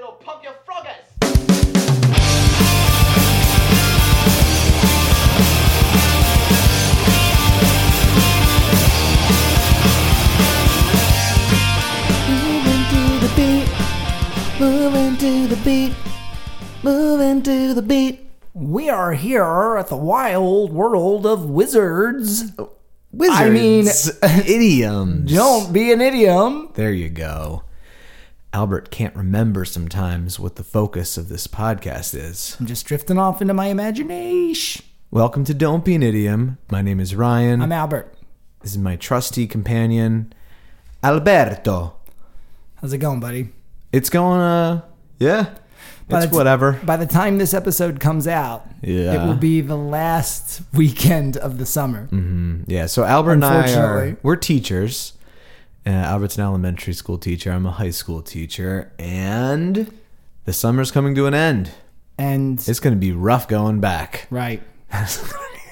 Yo, pump your froggers! Moving to the beat, moving to the beat, moving to the beat. We are here at the wild world of wizards. Wizards. I mean- idioms. Don't be an idiom. There you go. Albert can't remember sometimes what the focus of this podcast is. I'm just drifting off into my imagination. Welcome to Don't Be an Idiom. My name is Ryan. I'm Albert. this is my trusty companion, Alberto. How's it going, buddy? It's going, uh, yeah. But It's it's- whatever. By the time this episode comes out, Yeah. it will be the last weekend of the summer. Mm. Yeah, so Albert and I are Unfortunately. we're teachers. Uh, Albert's an elementary school teacher. I'm a high school teacher, and the summer's coming to an end. And It's going to be rough going back. right.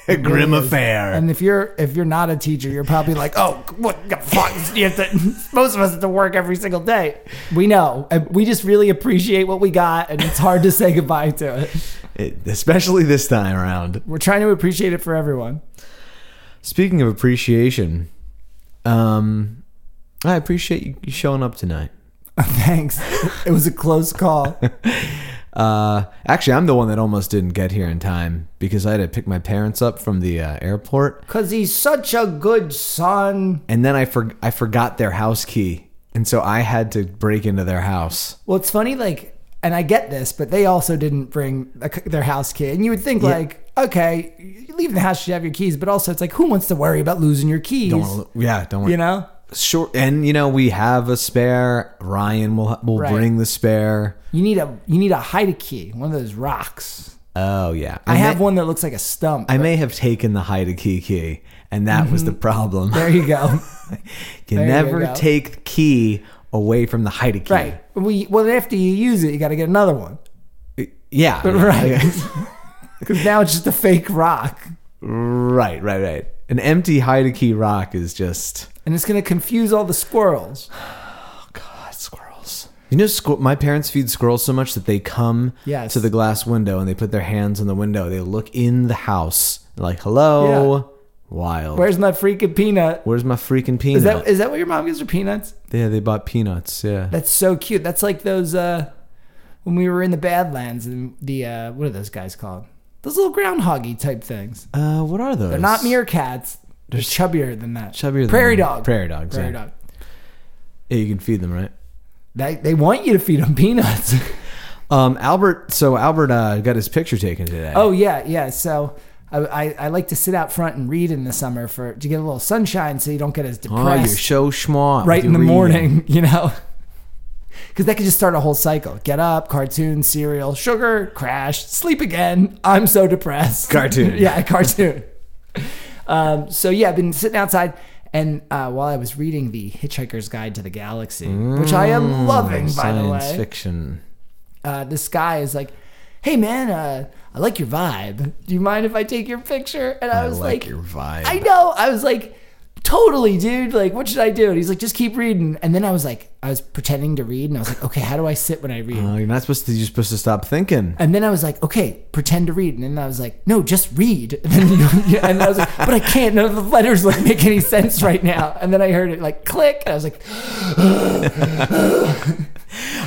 a grim affair. And if you're if you're not a teacher, you're probably like, oh, what the fuck? You have to, most of us have to work every single day. We know, and we just really appreciate what we got, and it's hard to say goodbye to it. It- especially this time around. We're trying to appreciate it for everyone. Speaking of appreciation, um, I appreciate you- you showing up tonight. Thanks. It was a close call. Uh, actually, I'm the one that almost didn't get here in time because I had to pick my parents up from the uh, airport. Cause he's such a good son. and then I for, I forgot their house key, and so I had to break into their house. Well, it's funny, like, and I get this, but they also didn't bring a, their house key. And you would think, like, okay, you leave the house, you have your keys, but also it's like, who wants to worry about losing your keys? Don't wanna, yeah, don't you want know? Sure, and you know we have a spare. Ryan will will Right. bring the spare. You need a you need a hide key, one of those rocks. Oh yeah, I, have may, one that looks like a stump. I may have taken the hide a key key, and that was the problem. Mm-hmm. there you go. you there you never go. take the key away from the hide a key. right. We well after you use it, you got to get another one. Yeah. Right. Because now it's just a fake rock. right. Right. Right. An empty hide a key rock is just. and it's going to confuse all the squirrels. Oh, God, squirrels. You know, squir- my parents feed squirrels so much that they come Yes. to the glass window and they put their hands on the window. They look in the house, like, hello, wild. Where's my freaking peanut? Where's my freaking peanut? Is that is that what your mom gives her peanuts? yeah, they bought peanuts. Yeah. That's so cute. That's like those uh when we were in the Badlands and the uh what are those guys called? Those little groundhoggy type things. uh, what are those? They're not meerkats. They're chubbier than that. Chubbier than prairie that. dog. Prairie dogs, Prairie yeah. dog. Yeah, you can feed them, right? They, they want you to feed them peanuts. Um, Albert. So Albert uh, got his picture taken today. oh yeah, yeah. So I, I I like to sit out front and read in the summer for to get a little sunshine so you don't get as Oh, depressed. you're so smart. right in the You're reading. morning, you know? Because that could just start a whole cycle. Get up, cartoon, cereal, sugar, crash, sleep again. I'm so depressed. Cartoon. yeah, cartoon. Um, so, yeah, I've been sitting outside. And uh, while I was reading The Hitchhiker's Guide to the Galaxy, which I am loving, by the Mm, Science way, fiction. uh, this guy is like, hey, man, uh, I like your vibe. Do you mind if I take your picture? And I, I, was like, your vibe. I know. I was like, totally, dude. Like, what should I do? And he's like, just keep reading. And then I was like, I was pretending to read, and I was like, okay, how do I sit when I read? Oh, you're not supposed to. You're supposed to stop thinking. And then I was like, okay, pretend to read. And then I was like, no, just read. And, then, you know, and I was like, but I can't. None of the letters like make any sense right now. And then I heard it like click, and I was like,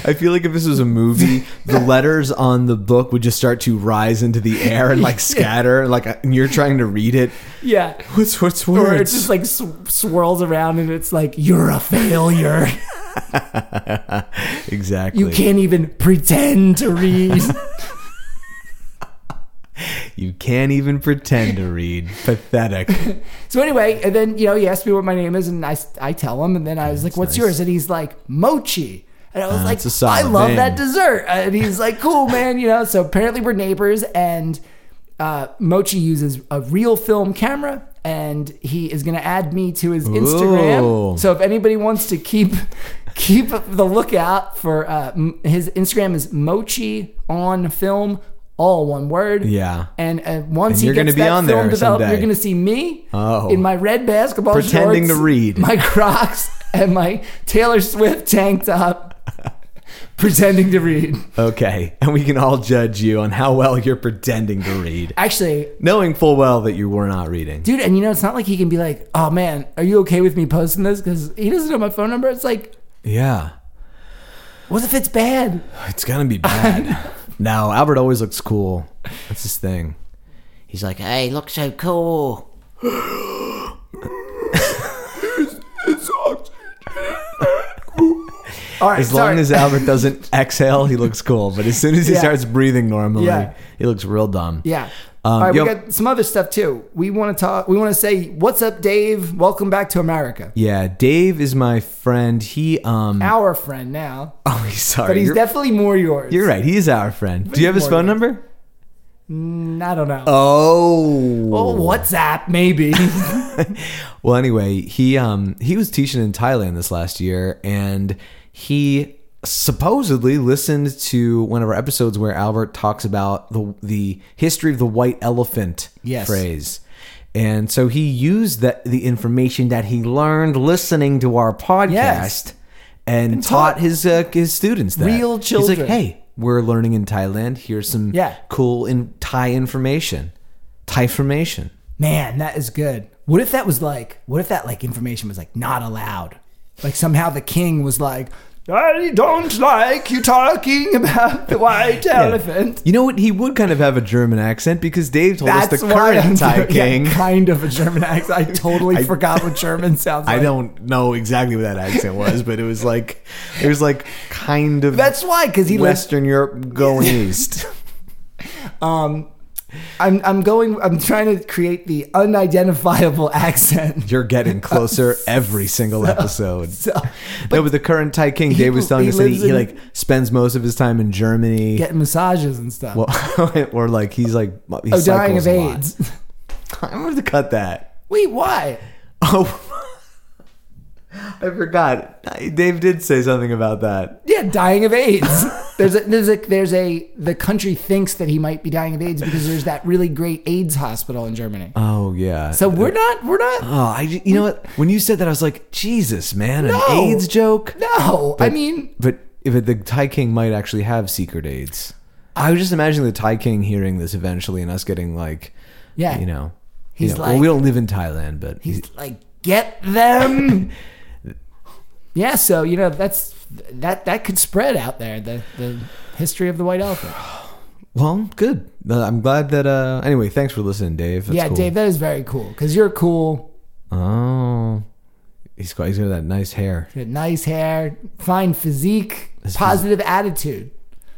I feel like if this was a movie, the letters on the book would just start to rise into the air and like scatter, like and you're trying to read it. yeah. What's what's Or it words? just like sw- swirls around, and it's like, you're a failure. exactly. You can't even pretend to read. You can't even pretend to read. Pathetic. So anyway, and then you know he asked me what my name is, and I, I tell him, and then I was like, "What's yours?" And he's like, "Mochi," and I was like, that's Ah, a solid "I love name. that dessert," and he's like, "Cool, man," you know. So apparently we're neighbors, and uh, Mochi uses a real film camera, and he is going to add me to his Instagram. Ooh. So if anybody wants to keep keep the lookout for uh, m- his Instagram is Mochi on film. All one word. Yeah. And uh, once you're he gonna gets be that on film there developed, you're someday. going to see me Oh. in my red basketball Pretending shorts, to read. my Crocs, and my Taylor Swift tank top. pretending to read. Okay. And we can all judge you on how well you're pretending to read, Actually, knowing full well that you were not reading. dude, and you know, it's not like he can be like, oh man, are you okay with me posting this? Because he doesn't know my phone number. It's like, Yeah. what if it's bad? It's going to be bad. no, Albert always looks cool. That's his thing. He's like, hey, look so cool. All right, As sorry. long as Albert doesn't exhale, he looks cool. But as soon as he Yeah. starts breathing normally, Yeah. he looks real dumb. Yeah. Um, All right, yo- we got some other stuff too. We want to talk. We want to say, "What's up, Dave? Welcome back to America." Yeah, Dave is my friend. He um Our friend now, Oh, he's sorry. but he's you're, definitely more yours. you're right. He is our friend. Do he's you have his more phone than- number? Mm, I don't know. Uh, Oh. oh, WhatsApp maybe. well, anyway, he um he was teaching in Thailand this last year, and he supposedly listened to one of our episodes where Albert talks about the the history of the white elephant Yes. phrase. And so he used that the information that he learned listening to our podcast Yes. and, taught- taught, his uh, his students that Real He's children. like, hey, we're learning in Thailand. Here's some Yeah. cool in Thai information, Thai formation. Man, that is good. What if that was like? What if that like information was like not allowed? Like somehow the king was like, "I don't like you talking about the white elephant." You know what? He would kind of have a German accent because Dave told us That's the why I'm current Thai doing- yeah, king. kind of a German accent. I totally forgot what German sounds like. I don't know exactly what that accent was, but it was like it was like kind of That's why, because he lives. Western Europe going east. Um, I'm I'm going. I'm trying to create the unidentifiable accent. You're getting closer every single episode. So no, but the current Thai king, Dave was telling he us that he, lives he in- like spends most of his time in Germany. getting massages and stuff. Well, or like he's like he oh, dying cycles of a lot. AIDS. I'm going to cut that. Wait, why? Oh, I forgot. Dave did say something about that. Yeah, dying of AIDS. there's a there's a there's a the country thinks that he might be dying of AIDS because there's that really great AIDS hospital in Germany. Oh yeah. So we're not we're not. Oh, I, you know what? When you said that, I was like, Jesus, man, No. an AIDS joke. No, I mean, But if it, the Thai King might actually have secret AIDS, I was just imagining the Thai King hearing this eventually, and us getting like, yeah. you know, He's you know, like- well, we don't live in Thailand, but he's, He's like, get them. yeah, so you know that's that that could spread out there. The the history of the white elephant. well, good. Uh, I'm glad that. uh Anyway, thanks for listening, Dave. That's yeah, cool. Dave, that is very cool because you're cool. Oh, he's got he's got that nice hair. You got nice hair, fine physique, positive attitude.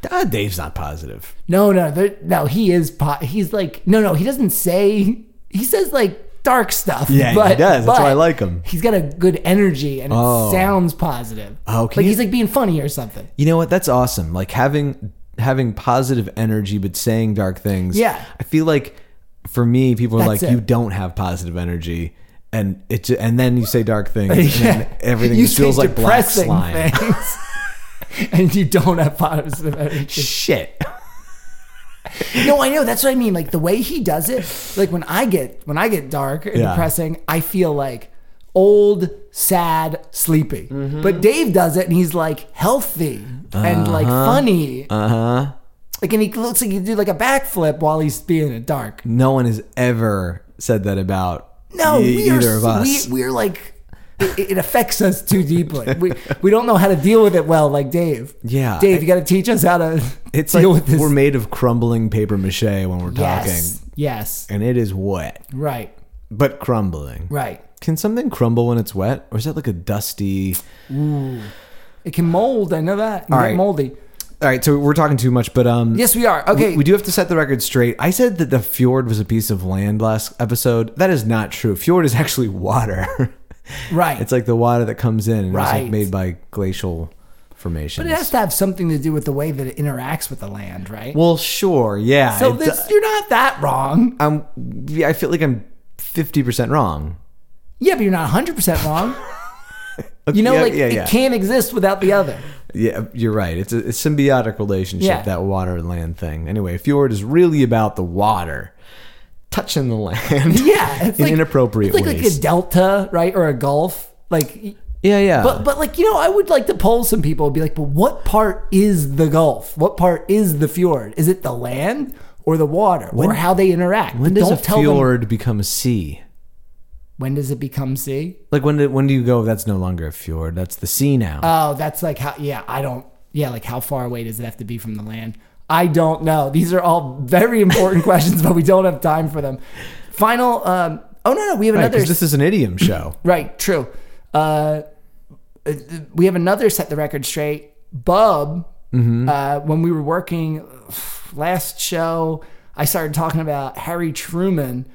Ah, Dave's not positive. No, no, there- no. He is. Po- he's like no, no. He doesn't say. He says like dark stuff. Yeah, but, he does. That's why I but like him. He's got a good energy and it Oh. sounds positive. Oh, can like you- he's like being funny or something. You know what? That's awesome. Like having having positive energy but saying dark things. Yeah. I feel like for me, people are That's like, it. you don't have positive energy. And it ju- and then you say dark things and then everything You just feels say like black depressing slime. things. and you don't have positive energy. Shit. No, I know. That's what I mean. Like the way he does it. Like when I get when I get dark and Yeah. depressing, I feel like old, sad, sleepy. Mm-hmm. But Dave does it, and he's like healthy and like funny. Uh huh. Like and he looks like he do like a backflip while he's being in the dark. No one has ever said that about No, e- we are, either of us. We, we're like. It, it affects us too deeply. We, we don't know how to deal with it well, like Dave. Yeah. Dave, you got to teach us how to it's like deal with this. we're made of crumbling paper mache when we're yes, talking, yes, and it is wet, right, but crumbling. right. Can something crumble when it's wet, or is that like a dusty? It can mold. I know that. It can All get right. moldy. All right, so we're talking too much, but um, Yes, we are. Okay. We, we do have to set the record straight. I said that the fjord was a piece of land last episode. That is not true. Fjord is actually water. right. it's like the water that comes in and it's Right. like made by glacial formations. but it has to have something to do with the way that it interacts with the land, right? well, sure, yeah. so it this, do- you're not that wrong. I'm, yeah, I feel like I'm fifty percent wrong. Yeah, but you're not 100% wrong. You know, yeah, like yeah, it yeah. can't exist without the other. Yeah, you're right. It's a, it's a symbiotic relationship Yeah. that water and land thing. Anyway, fjord is really about the water touching the land. Yeah, it's In like, inappropriate it's like, like ways. a delta, right, or a gulf. Like Yeah, yeah. But but like you know, I would like to poll some people and be like, but what part is the Gulf? What part is the fjord? Is it the land or the water or how they interact? when But does a don't tell them- fjord become a sea? when does it become sea? Like when do, when do you go? That's no longer a fjord. That's the sea now. Oh, that's like how. Yeah, I don't. Yeah, like how far away does it have to be from the land? I don't know. These are all very important questions, but we don't have time for them. Final. Um, oh no, no, we have Right, another. 'cause this is an idiom show. Right, true. Uh, uh, we have another set the record straight. Bub, Mm-hmm. uh, when we were working uh, last show, I started talking about Harry Truman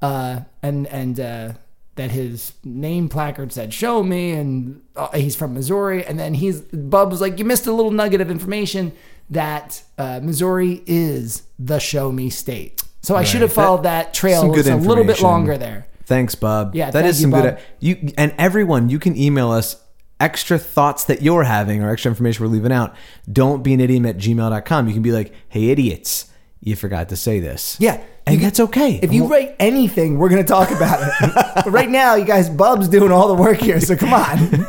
uh, and and uh, that his name placard said "Show me," and uh, he's from Missouri. And then he's Bub was like, "You missed a little nugget of information that uh, Missouri is the Show Me state." So I should have followed that, trail some good just a little bit information. longer there. Thanks, Bob. Yeah, that thank is you, some good. Bob. You and everyone, you can email us extra thoughts that you're having or extra information we're leaving out. Don't be an idiom at gmail.com. You can be like, hey, idiots, you forgot to say this. Yeah, And you can- that's okay. If you rate anything, we're gonna talk about it. but right now, you guys, Bub's doing all the work here, so come on.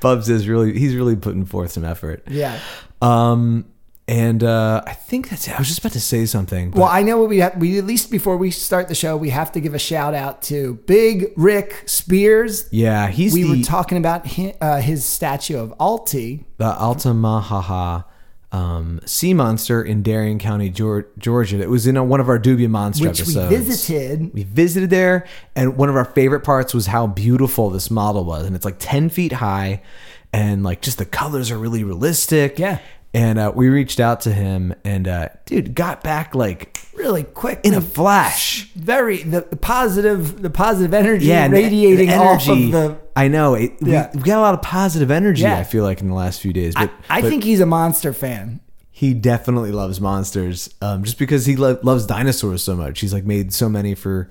Bubs is really, he's really putting forth some effort. Yeah. Um, and uh, I think that's it. I was just about to say something. But Well, I know we have. We at least before we start the show, we have to give a shout out to Big Rick Spears. yeah, he's We the, were talking about his, uh, his statue of Alti. the Altamahaha um, sea monster in Darien County, Geor- Georgia. It was in a, one of our Dubia Monster Which we episodes. visited. We visited there, and one of our favorite parts was how beautiful this model was. And it's like 10 feet high, and like just the colors are really realistic. Yeah. And uh, we reached out to him, and uh, dude got back like Really quick in a flash. very the, the positive the positive energy Yeah, and the- radiating the energy. off of the. I know. It, Yeah. we, we got a lot of positive energy, Yeah. I feel like, in the last few days. But I think he's a monster fan. he definitely loves monsters um, just because he lo- loves dinosaurs so much he's like made so many for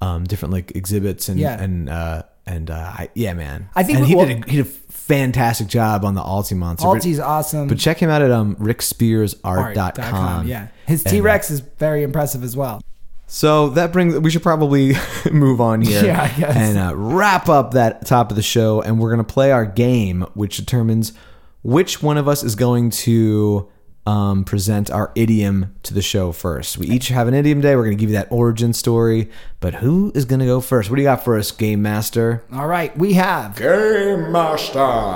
um, different like exhibits and Yeah. and uh, and uh, I, yeah man I think and we- he, well- did a, he did a fantastic job on the alti monster but- Alti's awesome. but check him out at um, rickspearsart.com Yeah, his And, uh, T Rex is very impressive as well. so that brings. We should probably move on here. Yeah, I guess. And uh, wrap up that top of the show, and we're gonna play our game, which determines which one of us is going to um, present our idiom to the show first. We each have an idiom day. We're gonna give you that origin story, but who is gonna go first? What do you got for us, game master? All right, we have Game Master.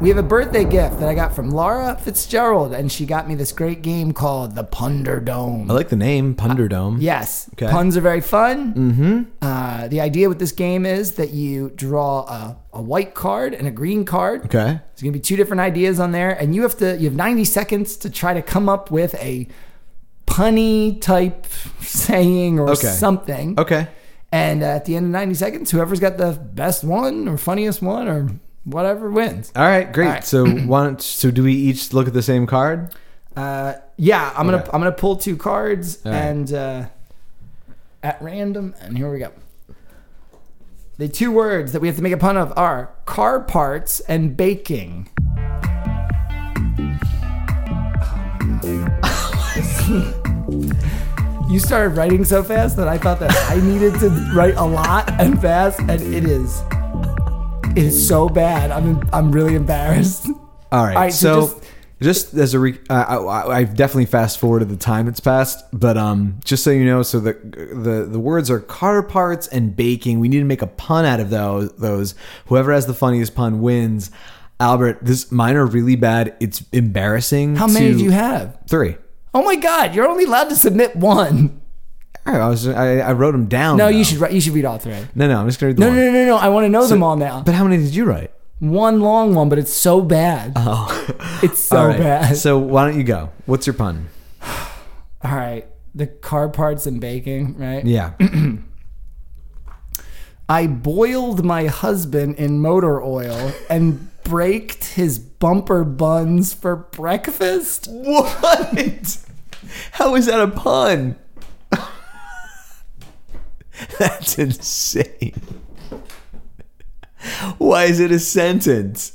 we have a birthday gift that I got from Laura Fitzgerald, and she got me this great game called the Punder Dome. I like the name Punderdome. Yes, Oh. Okay. puns are very fun. Mm-hmm. Uh, the idea with this game is that you draw a, a white card and a green card. Okay. There's gonna be two different ideas on there, and you have to you have 90 seconds to try to come up with a punny type saying or Okay. something. Okay. And uh, at the end of 90 seconds, whoever's got the best one or funniest one or whatever wins. All right. Great. All right. So why don't, so do we each look at the same card? Uh, yeah, I'm gonna Okay. I'm gonna pull two cards right. and uh, at random, and here we go. The two words that we have to make a pun of are car parts and baking. You started writing so fast that I thought that I needed to write a lot and fast, and it is, it is so bad. I'm I'm really embarrassed. All right. All right, so so, just, as a, re- uh, I, I- I've definitely fast forwarded the time that's passed, but um, just so you know, so the the the words are car parts and baking. We need to make a pun out of those. Those whoever has the funniest pun wins. Albert, this mine are really bad. It's embarrassing. How many to- do you have? Three. Oh my God! You're only allowed to submit one. All right, I was I, I wrote them down. No, though. you should write. You should read all three. No, no, I'm just gonna read the No, one. no, no, no, no. I want to know them all now. But how many did you write? One long one, but it's so bad. Oh, it's so Uh-huh. All right, bad. So why don't you go? What's your pun? all right, the car parts and baking, right? Yeah. I boiled my husband in motor oil and braked his bumper buns for breakfast. What? How is that a pun? That's insane. Why is it a sentence?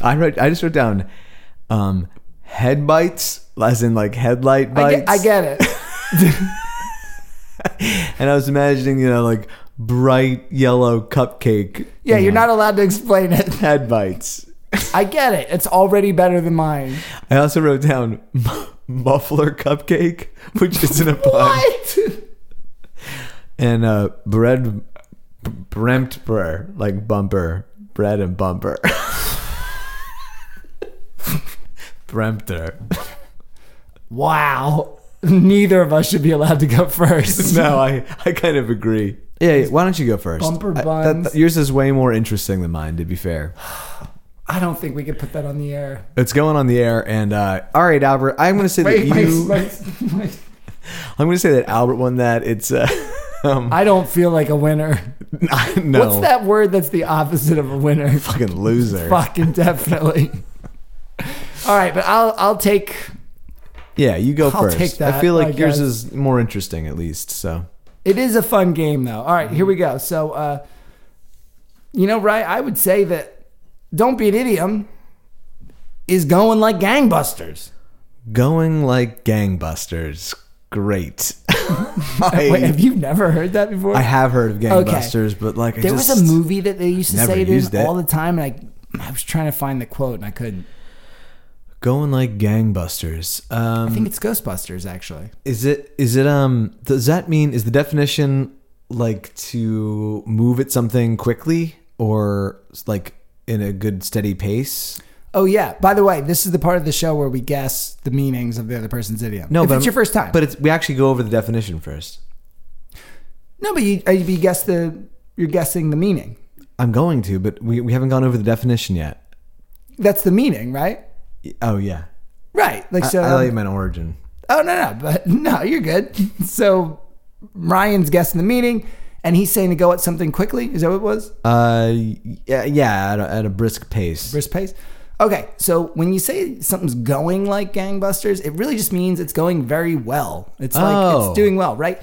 I wrote. I just wrote down um, head bites, as in like headlight I bites. get, I get it. and I was imagining, you know, like bright yellow cupcake Yeah, you're not allowed to explain it. head bites. I get it. It's already better than mine. I also wrote down muffler cupcake, which isn't a pun, What? and uh, bread b- bremtber, like bumper, bread and bumper. Bremter. Wow. Neither of us should be allowed to go first. No, I, I kind of agree. Yeah, why don't you go first? Bumper I- that- buns. yours is way more interesting than mine, to be fair. I don't think we could put that on the air. It's going on the air, and uh, all right, Albert. I'm going to say Wait, that wait, you. wait, wait. I'm going to say that Albert won that. It's uh, um, I don't feel like a winner. no What's that word that's the opposite of a winner? fucking loser. Fucking definitely. All right, but I'll I'll take Yeah, you go I'll first. take that, I feel like I yours guess. is more interesting, at least. So It is a fun game, though. All right, here we go. So, uh, you know, right? I would say that "Don't Be an Idiom" is going like gangbusters. going like gangbusters, great. I, Wait, have you never heard that before? I have heard of gangbusters, but like I there just, was a movie that they used to never say it used in it. all the time, and I, I was trying to find the quote and I couldn't. going like gangbusters. Um, I think it's Ghostbusters, actually. Is it is it um does that mean is the definition like to move at something quickly or like in a good steady pace? Oh yeah. By the way, this is the part of the show where we guess the meanings of the other person's idiom. if but it's your first time. But it's we actually go over the definition first. no, but you, uh, you guess the you're guessing the meaning. I'm going to, but we, we haven't gone over the definition yet. That's the meaning, right? Oh yeah. Right. Like so. um, I thought you meant origin. Oh no no, but no, you're good. So Ryan's guessing the meaning, and he's saying to go at something quickly. Is that what it was? Uh yeah, yeah at, a, at a brisk pace. Brisk pace. Okay, so when you say something's going like gangbusters, it really just means it's going very well. It's like Oh. it's doing well, right?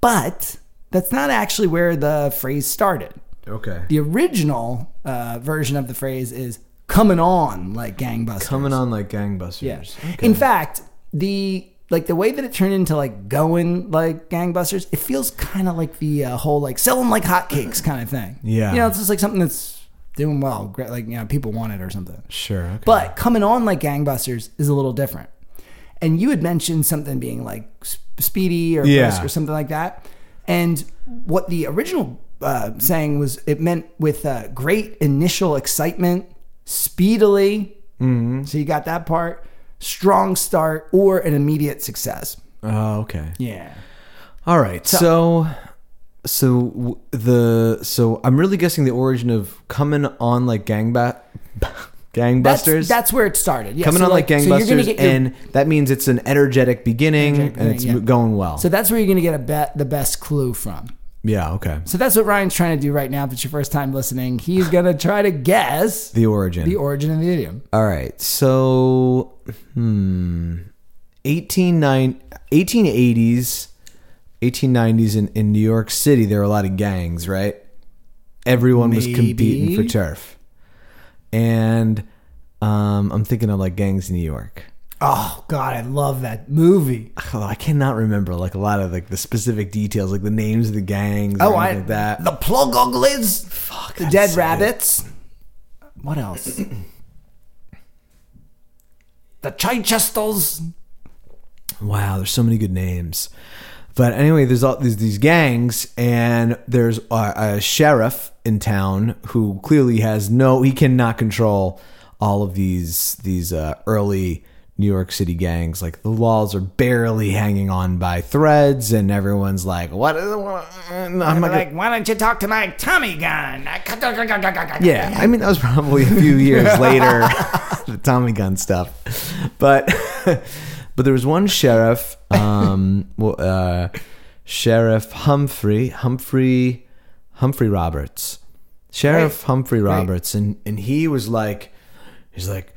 But that's not actually where the phrase started. Okay. The original uh, version of the phrase is coming on like gangbusters. Coming on like gangbusters. Yeah. In fact, the like the way that it turned into like going like gangbusters, it feels kind of like the uh, whole like selling like hotcakes kind of thing. Yeah. You know, it's just like something that's doing well, great, like you know, people want it or something. Sure. okay. But coming on like gangbusters is a little different. And you had mentioned something being like s- speedy or Yeah. brisk or something like that. And what the original uh, saying was, it meant with uh, great initial excitement, speedily. Mm-hmm. So you got that part, strong start, or an immediate success. Oh, okay. Yeah. All right. So, so, w the so I'm really guessing the origin of coming on like gangba That's, gangbusters. that's where it started. Yeah, coming so on like, so you're gangbusters, gonna get your- and that means it's an energetic beginning Energetic and it's beginning, mo- yeah. going well. so that's where you're going to get a bet, the best clue from. yeah. Okay. So that's what Ryan's trying to do right now. If it's your first time listening, he's going to try to guess The origin. the origin of the idiom. All right. So, hmm, 18, 1880s, 1890s in, in New York City, there were a lot of gangs, right? Everyone was competing for Maybe. turf. And um, I'm thinking of like gangs in New York. Oh, God, I love that movie. Oh, I cannot remember like a lot of like the specific details, like the names of the gangs. Oh, or I. anything like that. The Plug Uglies. Fuck. The Dead Rabbits. What else? the Chichesters. Wow, there's so many good names. But anyway, there's all these these gangs, and there's a, a sheriff in town who clearly has no, he cannot control all of these these uh, early New York City gangs. Like the laws are barely hanging on by threads, and everyone's like, "What? Is, what I'm not gonna- why don't you talk to my Tommy gun? Yeah. yeah, I mean that was probably a few years later, the Tommy gun stuff, but but there was one sheriff, um, well, uh, Sheriff Humphrey, Humphrey, Humphrey Roberts, Sheriff Humphrey Roberts, and and he was like, he's like,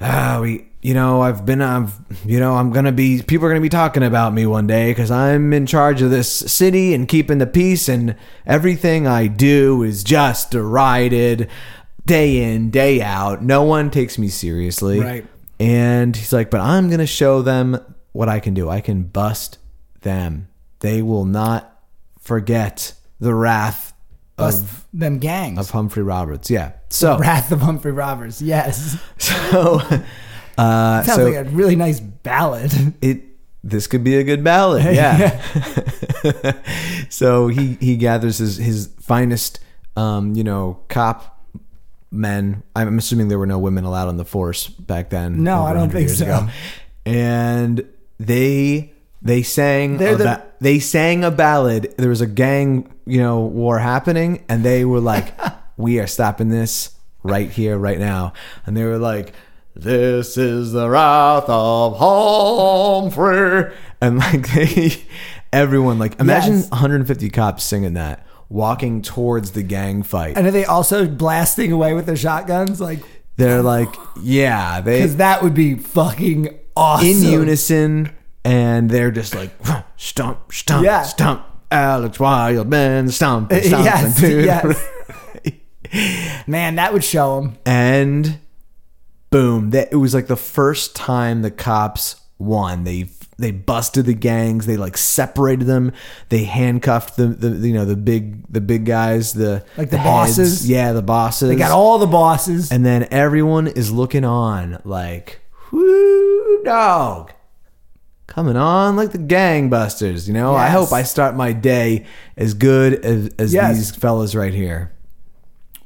ah, we, you know, I've been, I've, you know, I'm gonna be, people are gonna be talking about me one day because I'm in charge of this city and keeping the peace, and everything I do is just derided, day in, day out. No one takes me seriously, Right. And he's like, but I'm gonna show them what I can do. I can bust them They will not forget the wrath Bust of, them gangs. of Humphrey Roberts. Yeah. So, Wrath of Humphrey Roberts. Yes. so, uh, Sounds so like a really nice ballad. it this could be a good ballad yeah so he he gathers his his finest um you know cop men i'm assuming there were no women allowed on the force back then No, over I don't 100 think years so. ago. and they they sang They're a the- ba- they sang a ballad there was a gang you know war happening and they were like we are stopping this right here right now and they were like this is the wrath of Humphrey and like they everyone like imagine Yes. 150 cops singing that walking towards the gang fight And are they also blasting away with their shotguns? Like, they're like yeah they because that would be fucking awesome. in unison, and they're just like stomp, stomp, Yeah. stomp. Alex Wildman, stomp, Uh, stomp, yes, dude. yes. Man, that would show them. and boom! That it was like the first time the cops won. They they busted the gangs. They like separated them. They handcuffed the, the you know the big the big guys the Like the heads. bosses? Yeah, the bosses. They got all the bosses. and then everyone is looking on like, whoo dog. Coming on like the gangbusters, you know? I Yes. hope I start my day as good as, as Yes. these fellas right here.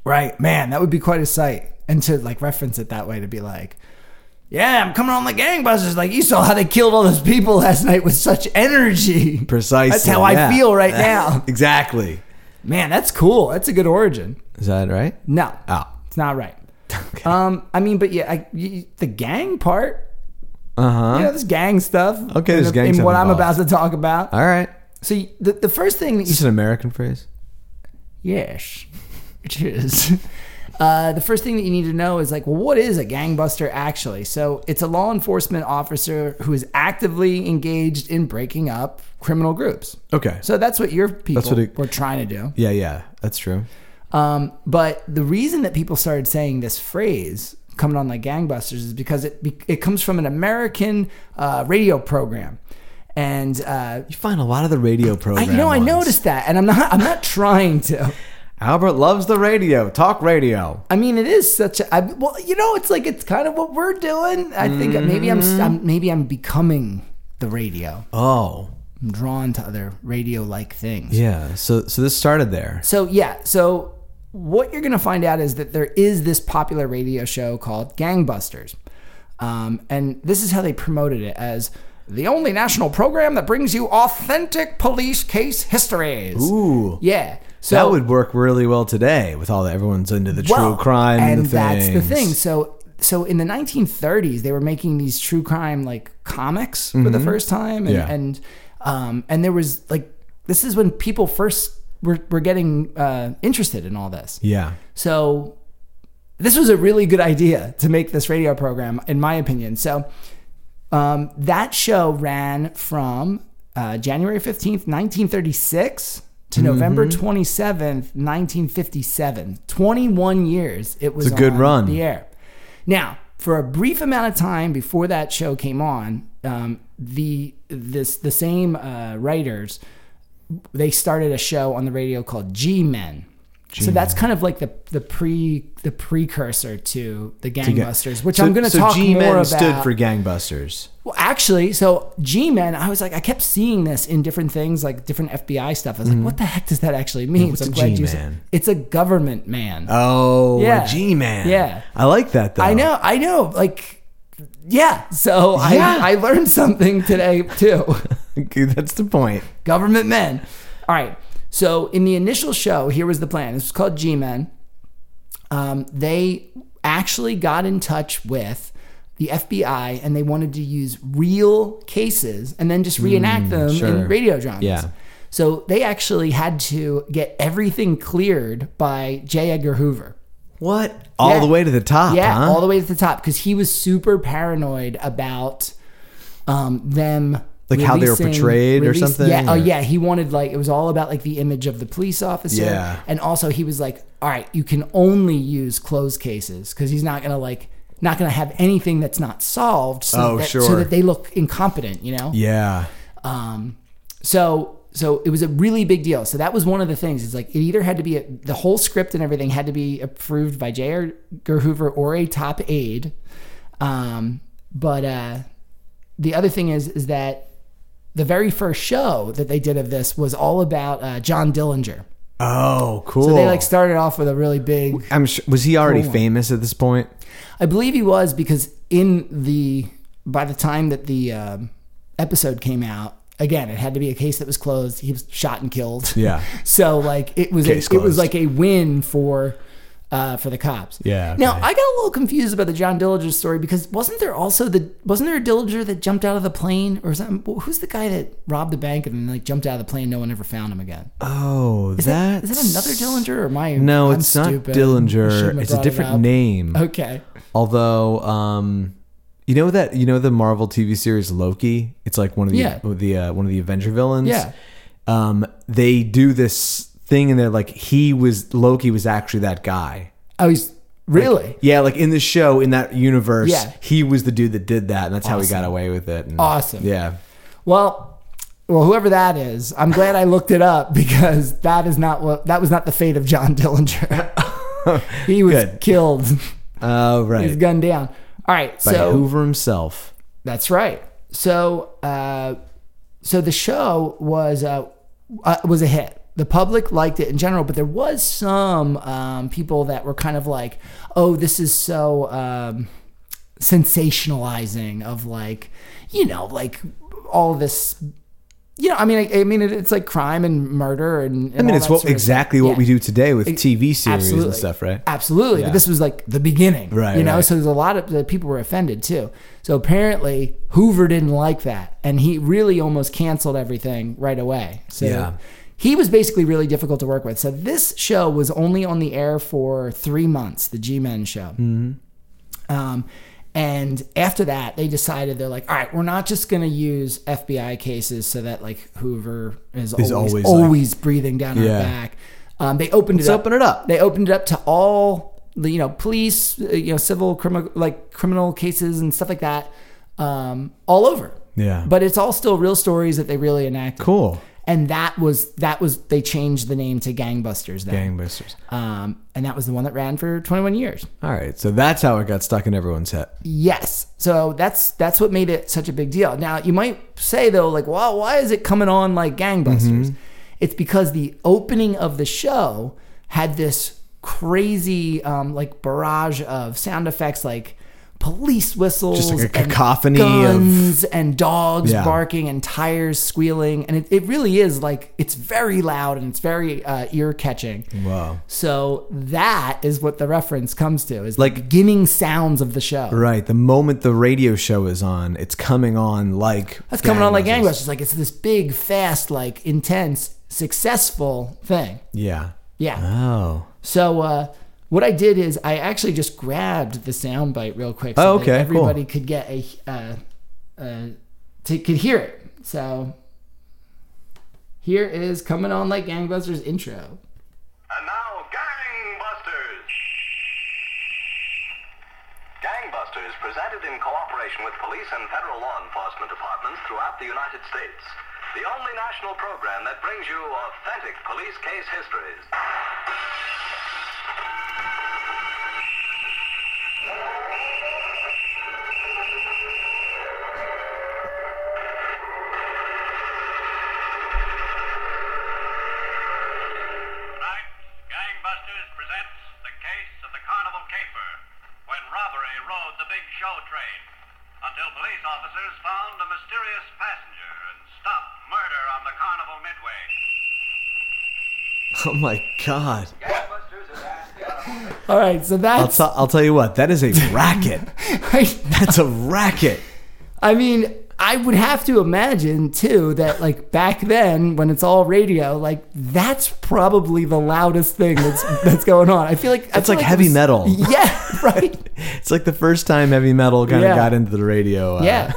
Right. Man, that would be quite a sight. And to like reference it that way to be like, yeah, I'm coming on the gangbusters. Like, you saw how they killed all those people last night with such energy. Precisely. That's how I yeah. feel right now. exactly. Man, that's cool. That's a good origin. Is that right? No. Oh. It's not right. Um, I mean, but yeah, I, y- the gang part, Uh huh. you know, this gang stuff. Okay, in there's the- gang in stuff what I'm about involved. to talk about. All right. So y- the, the first thing that you Is this an American phrase? Yes, it is. Uh, the first thing that you need to know is like, well, what is a gangbuster actually? So it's a law enforcement officer who is actively engaged in breaking up criminal groups. Okay. So that's what your people what it- were trying to do. yeah, yeah. That's true. Um, but the reason that people started saying this phrase coming on like gangbusters is because it be- it comes from an American uh, radio program, and uh, You find a lot of the radio I program. you know I ones. noticed that, and I'm not I'm not trying to. Albert loves the radio. Talk radio. I mean, it is such a I, well, you know, it's like it's kind of what we're doing. I think maybe I'm, I'm maybe I'm becoming the radio. Oh. I'm drawn to other radio-like things. Yeah. So so this started there. So yeah, so what you're gonna find out is that there is this popular radio show called Gangbusters, um, and this is how they promoted it as the only national program that brings you authentic police case histories. Ooh. yeah. So that would work really well today with all that everyone's into the true Well, crime and and, the that's the things. thing so so in the 1930s they were making these true crime like comics for the first time and Mm-hmm. Yeah. and um and there was like this is when people first were, were getting uh interested in all this Yeah, so this was a really good idea to make this radio program, in my opinion. So um, that show ran from uh, January 15th, 1936 Mm-hmm. to November 27th, 1957. 21 years it was a good on run. the air. Now, for a brief amount of time before that show came on, um, the this the same uh, writers they started a show on the radio called G Men. So that's kind of like the the pre the precursor to the gangbusters, which So- I'm going to so talk G-Men more about. stood for gangbusters. Well, actually, so G Men, I was like, I kept seeing this in different things, like different FBI stuff. I was like, what the heck does that actually mean? Mm-hmm. what's So a I'm glad you G-Man? said- It's a government man. Oh, Yeah. a G-man. Yeah. I like that though. I know, I know, like, yeah. So Yeah. I I learned something today too. Okay, That's the point. government men. All right. So in the initial show, here was the plan. This was called G Men. Um, they actually got in touch with the FBI and they wanted to use real cases and then just reenact them Mm, sure. in radio dramas. Yeah. So they actually had to get everything cleared by J. Edgar Hoover. What? All Yeah. the way to the top. Yeah, huh? all the way to the top because he was super paranoid about um, them. Like how they were releasing- portrayed or something, Yeah. Oh, or- yeah. He wanted like it was all about like the image of the police officer. Yeah. And also he was like, all right, you can only use closed cases because he's not gonna like not gonna have anything that's not solved. So Oh, that, So sure. that they look incompetent, you know. yeah. Um, so so it was a really big deal. So that was one of the things. It's like it either had to be a, the whole script and everything had to be approved by J.R. Hoover or a top aide. Um, but uh, the other thing is is that the very first show that they did of this was all about uh, John Dillinger. Oh, cool. So they like started off with a really big. I'm sure. Was he already famous at this point? I believe he was because in the by the time that the um, episode came out, again, it had to be a case that was closed. He was shot and killed. Yeah. so like it was a, Case it was closed. like a win for uh, for the cops. Yeah, Now okay. I got a little confused about the John Dillinger story because wasn't there also the wasn't there a Dillinger that jumped out of the plane or something? Who's the guy that robbed the bank and then like jumped out of the plane? No one ever found him again. Oh, is that Is it another Dillinger or am I? No, I'm it's not stupid. I shouldn't Dillinger. have It's a brought it different up. name. Okay. Although, um, you know that you know the Marvel TV series Loki. It's like one of the Yeah. the uh, one of the Avenger villains. Yeah. Um, they do this thing, and they're like, he was Loki was actually that guy. I was Oh, really Yeah, like in the show, in that universe, Yeah. he was the dude that did that, and that's how he got away with it. and- Awesome. Yeah. well. Well, whoever that is, I'm glad I looked it up because that is not what that was not the fate of John Dillinger. he was Good. killed. Oh, He was right. gunned down. All right, By so Hoover himself. That's right. So, uh, so the show was uh, uh, was a hit. The public liked it in general, but there was some um, people that were kind of like, "Oh, this is so um, sensationalizing of like, you know, like all this." You know, I mean, I, I mean, it, it's like crime and murder, and, I mean, it's what exactly what we do today with TV series and Absolutely. stuff, right? Absolutely. Yeah. But this was like the beginning. Right, You know, right. so there's a lot of the people were offended too. So apparently Hoover didn't like that. And he really almost canceled everything right away. So Yeah. he was basically really difficult to work with. So this show was only on the air for three months, the G Men show. Mm-hmm. Um, and after that, they decided they're like, all right, we're not just going to use FBI cases so that like Hoover is always always, always, like- breathing down Yeah. our back. Um, they opened it Let's up. open it up. They opened it up to all the you know police, uh, you know civil criminal like criminal cases and stuff like that, um, all over. Yeah. But it's all still real stories that they really enacted. Cool. And that was that was they changed the name to Gangbusters then. Gangbusters. Um, and that was the one that ran for 21 years. All right, so that's how it got stuck in everyone's head. Yes. So that's that's what made it such a big deal. Now you might say though, like, wow, why is it coming on like gangbusters? Mm-hmm. It's because the opening of the show had this crazy um, like barrage of sound effects, like police whistles, Just like a and cacophony of- guns and dogs Yeah. barking and tires squealing, and it, it really is like it's very loud and it's very uh, ear catching. Wow. So that is what the reference comes to is Like- like beginning sounds of the show. Right, the moment the radio show is on, it's coming on like That's coming on like gangbusters. gangbusters. Like it's this big, fast, like intense, successful thing. Yeah. Yeah. Oh. So uh, what I did is I actually just grabbed the soundbite real quick. So Oh, that okay, cool. Everybody could get a uh, uh, to, could hear it. So here is coming on like gangbusters intro. And now, Gangbusters! Gangbusters, presented in cooperation with police and federal law enforcement departments throughout the United States. The only national program that brings you authentic police case histories. Tonight, Gangbusters presents the case of the Carnival Caper, when robbery rode the big show train, until police officers found a mysterious passenger and stopped murder on the Carnival Midway. Oh my god. All right, so I'll, that's t- I'll tell you what, that is a racket. That's a racket. I mean, I would have to imagine too that like back then when it's all radio, like that's probably the loudest thing that's that's going on. I feel like That's that's like heavy metal. Yeah, right. It's like the first time heavy metal kind of Yeah. got into the radio. uh, Yeah.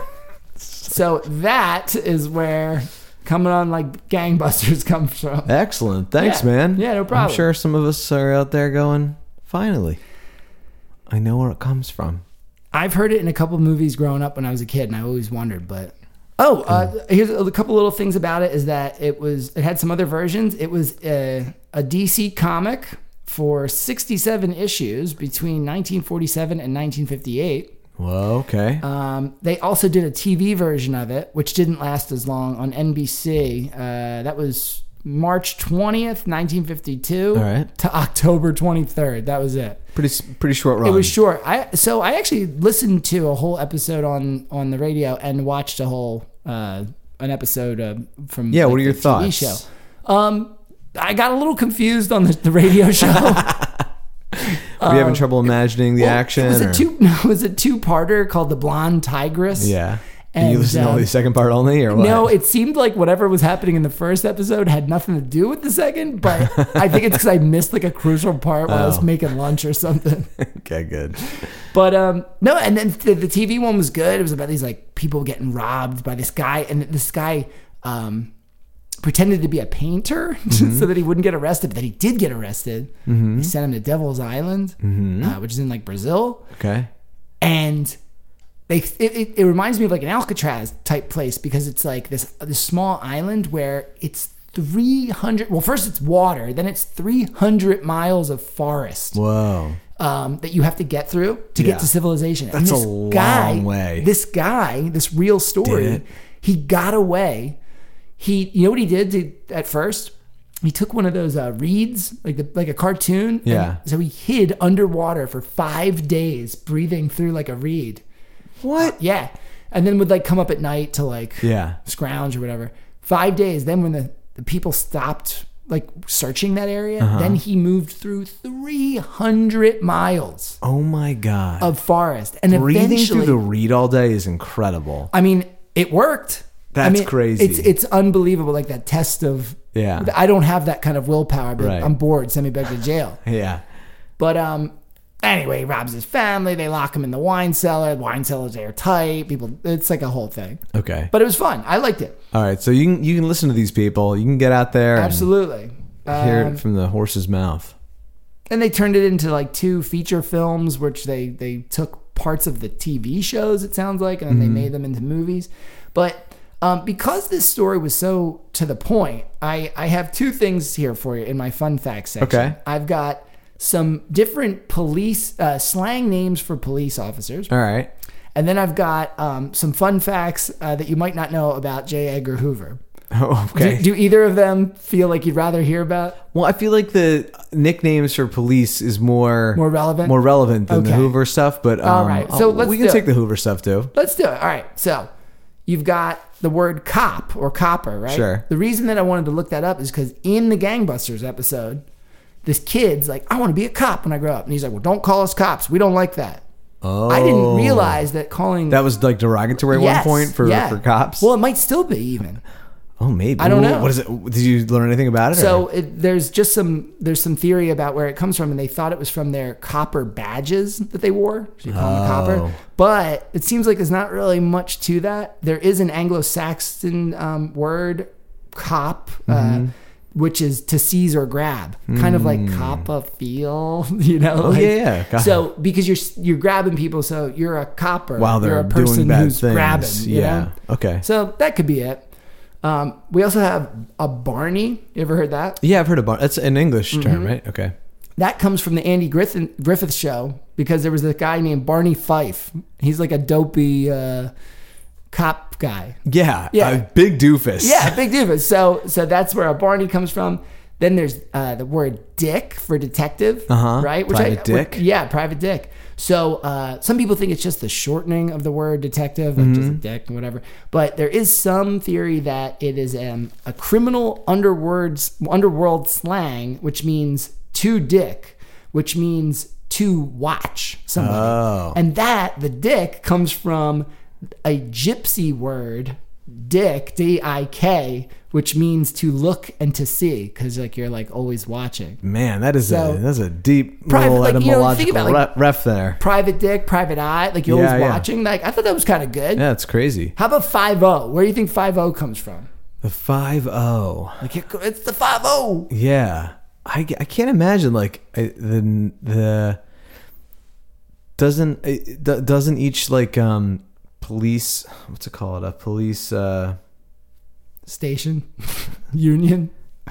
So that is where coming on like gangbusters comes from. Excellent. Thanks, Yeah. man. Yeah, no problem. I'm sure some of us are out there going, finally, I know where it comes from. I've heard it in a couple movies growing up when I was a kid, and I always wondered, but Oh, Hmm. uh, here's a couple little things about it. Is that it was it had some other versions. It was a, a DC comic for 67 issues between 1947 and 1958. Well, okay. Um, they also did a TV version of it, which didn't last as long on NBC. Uh, that was March 20th, 1952 All right. to October 23rd. That was it. pretty s- pretty short run. It was short. I so I actually listened to a whole episode on on the radio and watched a whole uh, an episode uh, from Yeah, what are the your TV thoughts? show. Um, I got a little confused on the, the radio show. Were you having trouble imagining the action? It um, was or- a two. No, it was a two parter called the Blonde Tigress. Yeah. Did you And, listen to um, only the second part only, or what? No, it seemed like whatever was happening in the first episode had nothing to do with the second, but I think it's because I missed like a crucial part while I was Oh. making lunch or something. okay, good. But um, no, and then the, the TV one was good. It was about these like people getting robbed by this guy, and this guy um, pretended to be a painter so that he wouldn't get arrested. But then he did get arrested. They sent him to Devil's Island, uh, which is in like Brazil, Okay. and. They, it, it, it reminds me of like an Alcatraz type place because it's like this this small island where it's 300 well first it's water then it's 300 miles of forest Whoa. um, that you have to get through to Yeah. get to civilization. That's a and this long guy, way. This guy, this real Did story, it? he got away. He, you know what he did to, at first? He took one of those uh, reeds, like the, like a cartoon. and Yeah. So he hid underwater for five days, breathing through like a reed. What? Yeah, and then would like come up at night to like Yeah. scrounge or whatever. Five days. Then when the, the people stopped like searching that area, Uh-huh. then he moved through 300 miles Oh my god. of forest, and Breathing eventually, through the reed all day is incredible. I mean, it worked. I That's mean, crazy. It's it's unbelievable. Like that test of Yeah. I don't have that kind of willpower, but Right. I'm bored. Send me back to jail. yeah. But um, anyway, he robs his family. They lock him in the wine cellar. The wine cellar's airtight. People, it's like a whole thing. Okay. But it was fun. I liked it. all right. So you can you can listen to these people. You can get out there. and Absolutely. Hear Um, it from the horse's mouth. and they turned it into like two feature films which they they took parts of the tv shows it sounds like and then Mm-hmm. they made them into movies but um, because this story was so to the point i i have two things here for you in my fun facts section Okay. i've got some different police uh, slang names for police officers All right. and then i've got um, some fun facts uh, that you might not know about j edgar hoover Oh, Do- okay. do either of them feel like you'd rather hear about well, I feel like the nicknames for police is more More relevant? more relevant than the Okay. Hoover stuff. But um, All right, so oh, let's we can do take it. the Hoover stuff too. Let's do it. All right. So you've got the word cop or copper, right? Sure. The reason that I wanted to look that up is because in the Gangbusters episode, this kid's like, I want to be a cop when I grow up. And he's like, Well, don't call us cops. We don't like that. Oh, I didn't realize that calling. that was like derogatory at Yes, one point for yeah. for cops. Well, it might still be even. oh, maybe I don't Ooh, know. What is it? Did you learn anything about it? So or- it, there's just some there's some theory about where it comes from, and they thought it was from their copper badges that they wore. So you call them a Oh. copper, but it seems like there's not really much to that. There is an Anglo-Saxon um, word, cop. Mm-hmm. Uh, which is to seize or grab, kind of like cop a feel, you know? Oh, Mm. yeah, yeah. Got So because you're s- you're grabbing people, so you're a copper. while they're you're a doing person bad who's things, grabbing. you yeah. know? Okay. So that could be it. Um, we also have a Barney. You ever heard that? yeah, I've heard about that's an English term, right? Okay. That comes from the Andy Griffin, Griffith show because there was this guy named Barney Fife. He's like a dopey uh, cop guy. Yeah. Yeah. a big doofus. Yeah, big difference. So so that's where a Barney comes from. Then there's uh, the word dick for detective, Uh-huh. right? Private dick. yeah, private dick. So uh, some people think it's just the shortening of the word detective, like Mm-hmm. just a dick and whatever. But there is some theory that it is um, a criminal underworld underworld slang, which means to dick, which means to watch somebody, Oh. and that the dick comes from a gypsy word, dick, D I K, which means to look and to see, because like you're like always watching. Man, that is So- a that's a deep Private, little like, you know, etymological think about, like- re- ref there. Private dick, private eye, like you're Yeah, always yeah. watching. Like I thought that was kind of good. Yeah, it's crazy. How about five zero? Where do you think five zero comes from? The five zero. Like it- it's the five oh. zero. Yeah, I, ca- I can't imagine like I, the the doesn't it, do- doesn't each like um police what's it called? A police uh Station, Union.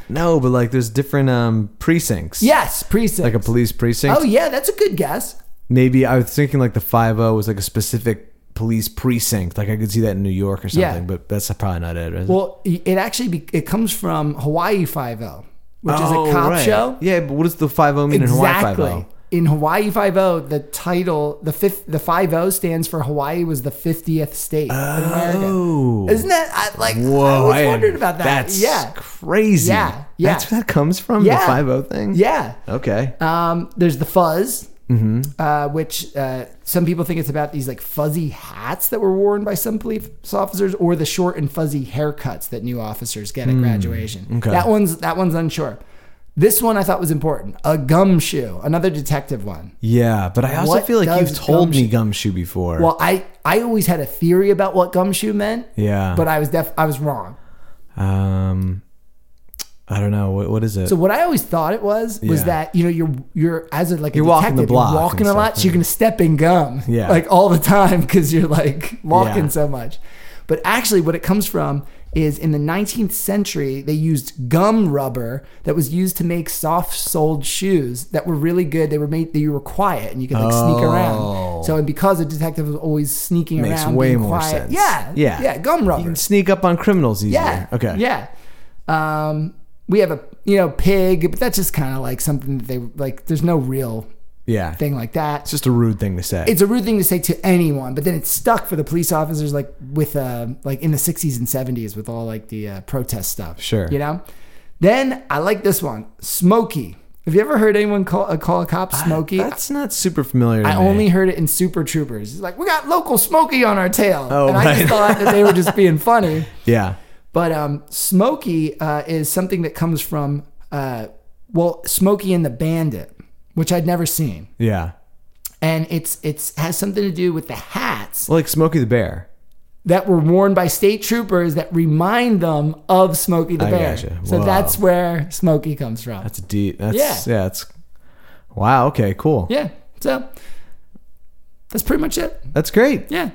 no, but like there's different um precincts. Yes, precinct. Like a police precinct. oh yeah, that's a good guess. Maybe I was thinking like the five O was like a specific police precinct. Like I could see that in New York or something, Yeah. but that's probably not it. is it? Well, i- it actually be, it comes from Hawaii Five O, which is a Oh, cop right. show. Yeah, but what does the five O mean in Hawaii exactly. five oh. O? In Hawaii Five O, the title the fifth the Five O stands for Hawaii was the fiftieth state in America. Oh, Isn't that I, like I Whoa! was am- wondering about that. That's yeah, crazy. Yeah, yeah. That's where that comes from. Yeah. The five O thing. yeah. Okay. Um, there's the fuzz, Mm-hmm. uh, which uh, some people think it's about these like fuzzy hats that were worn by some police officers, or the short and fuzzy haircuts that new officers get at graduation. Hmm. okay. That one's that one's unsure. This one I thought was important. A gumshoe, another detective one. yeah, but I also What feel like you've does told me gumshoe- gumshoe before. Well, I I always had a theory about what gumshoe meant. Yeah. But I was def I was wrong. um, I don't know. What, what is it? So what I always thought it was was Yeah. that you know you're you're as a like You're a walking the detective, block you're walking and a lot, stuff, so you're gonna step in gum, Yeah. like all the time because you're like walking Yeah. so much. But actually, what it comes from is in the 19th century they used gum rubber that was used to make soft-soled shoes that were really good. They were made they were quiet and you could like Oh. sneak around. So and because a detective was always sneaking Makes around, way being more quiet, sense. yeah, Yeah. yeah, gum you rubber, can sneak up on criminals easier. yeah. Okay. Yeah. Um, we have a you know pig, but that's just kind of like something that they like. There's no real Yeah. thing like that. It's just a rude thing to say. It's a rude thing to say to anyone, but then it's stuck for the police officers, like with uh, like in the '60s and '70s with all like the uh, protest stuff. Sure. You know. Then I like this one, Smokey. Have you ever heard anyone call uh, call a cop Smokey? Ah, That's not super familiar. To I me. only heard it in Super Troopers. It's like we got local Smokey on our tail, Oh, and I right. just thought that they were just being funny. Yeah. But um, Smokey uh, is something that comes from, uh, well, Smokey and the Bandit, which I'd never seen, Yeah. and it's it's has something to do with the hats Like Smokey the Bear. that were worn by state troopers that remind them of Smokey the I Bear. gotcha. So Wow. that's where Smokey comes from. That's deep. That's yeah. That's wow. Okay. Cool. yeah. So that's pretty much it. That's great. Yeah.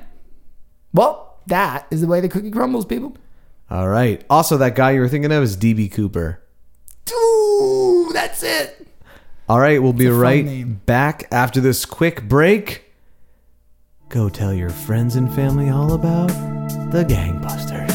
Well, that is the way the cookie crumbles, people. All right. Also, that guy you were thinking of is DB Cooper. Ooh, that's it. All right, we'll be a fun right name. back after this quick break. Go tell your friends and family all about the gangbusters.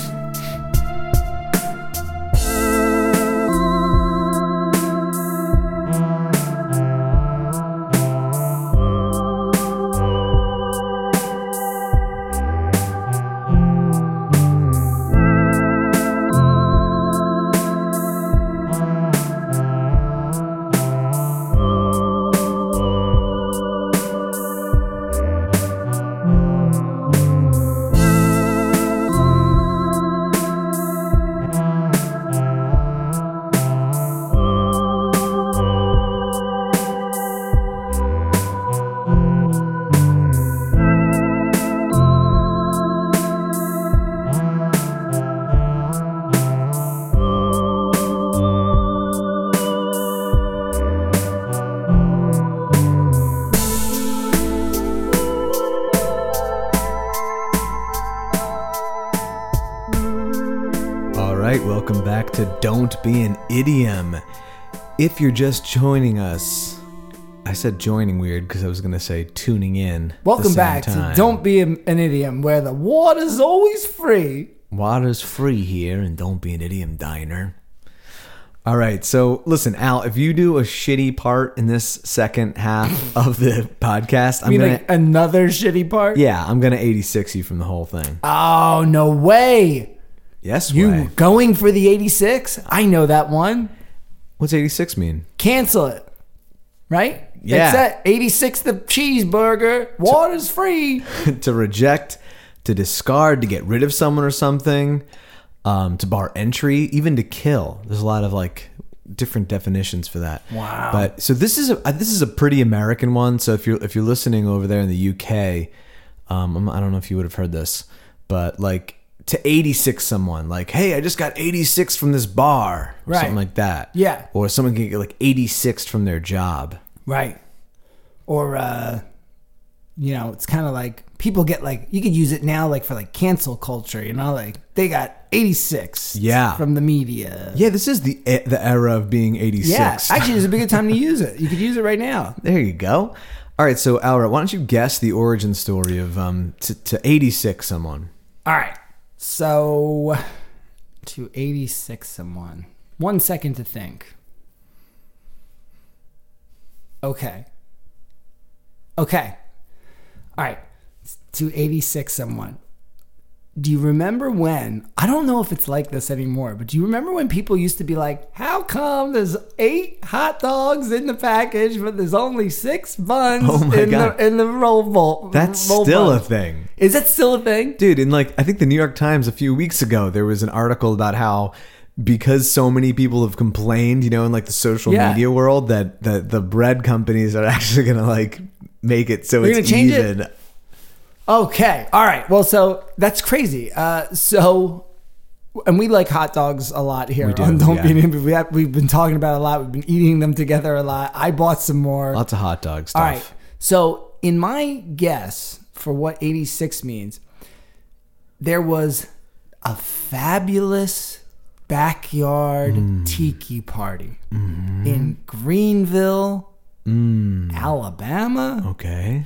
All right, welcome back to Don't Be an Idiom. If you're just joining us, I said joining weird because I was going to say tuning in. at the Welcome same back time. to Don't Be an an Idiom, where the water's always free. Water's free here and don't be an idiom diner. All right, so listen, Al, if you do a shitty part in this second half of the podcast, I'm You mean gonna like uh, another shitty part? Yeah, I'm gonna 86 you from the whole thing. Oh no way! yes, You way. going for the eighty-six? I know that one. What's 86 mean? Cancel it. Right? Yeah. It's that eighty-six. The cheeseburger. Water's free. to reject, to discard, to get rid of someone or something, um, to bar entry, even to kill. There's a lot of like different definitions for that. Wow. But so this is a uh, this is a pretty American one. So if you're if you're listening over there in the UK, um, I'm- I don't know if you would have heard this, but like to 86 someone like hey i just got 86 from this bar or Right. something like that Yeah. or someone can get like 86 from their job Right. Or uh, you know, it's kind of like people get like you could use it now like for like cancel culture, you know, like they got 86 Yeah. from the media. Yeah, this is the e- the era of being 86. Yeah, actually, it's a good time to use it. You could use it right now. there you go. All right, so Albert, why don't you guess the origin story of um to, to 86 someone? All right. So to 86 someone. One second to think. Okay. Okay. All right. To 86 someone. Do you remember when? I don't know if it's like this anymore, but do you remember when people used to be like, how come there's eight hot dogs in the package, but there's only six buns Oh my in, God. The, in the roll bowl? That's roll still a buns?" thing. Is that still a thing? Dude, in like I think the New York Times a few weeks ago there was an article about how because so many people have complained, you know, in like the social Yeah. media world that the the bread companies are actually going to like make it so They're it's gonna change it? even. Okay. All right. Well, so that's crazy. Uh, so, and we like hot dogs a lot here. We do, on Don't yeah. be an Idiot. We have, we've been talking about it a lot. We've been eating them together a lot. I bought some more. Lots of hot dog stuff. All right. So, in my guess for what 86 means, there was a fabulous backyard Mm. tiki party Mm-hmm. in Greenville, Mm. Oh. Alabama. Okay.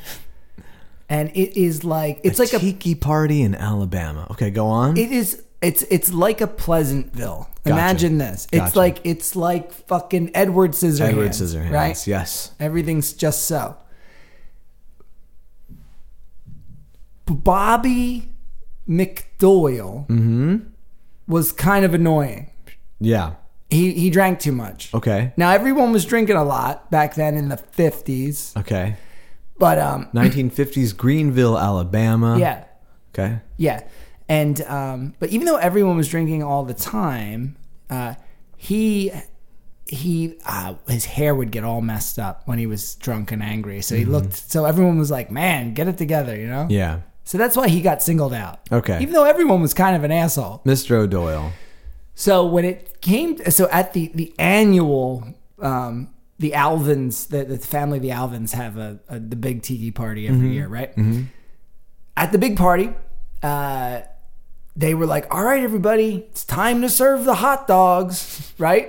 And it is like, it's like a tiki party in Alabama. Okay, go on. It is. It's it's like a Pleasantville. Imagine this. It's Gotcha. like it's like fucking Edward Scissorhands. Edward Scissorhands. Right. Yes. Everything's just so. Bobby McDoyle Mm-hmm. was kind of annoying. Yeah. He he drank too much. Okay. Now everyone was drinking a lot back then in the fifties, Okay. but um Uh-huh. 1950s Greenville, Alabama. yeah. Okay. Yeah, and um, but even though everyone was drinking all the time, uh, he he uh, his hair would get all messed up when he was drunk and angry. So he looked. So everyone was like, "Man, get it together," you know. Mm-hmm. Yeah. So that's why he got singled out. Okay. Even though everyone was kind of an asshole. Mr. O'Doyle. So when it came, so at the the annual, um, the Alvins, the, the family, of the Alvins have a, a the big tiki party Mm-hmm. every year, right? At the big party, uh, they were like, "All right, everybody, it's time to serve the hot dogs," right?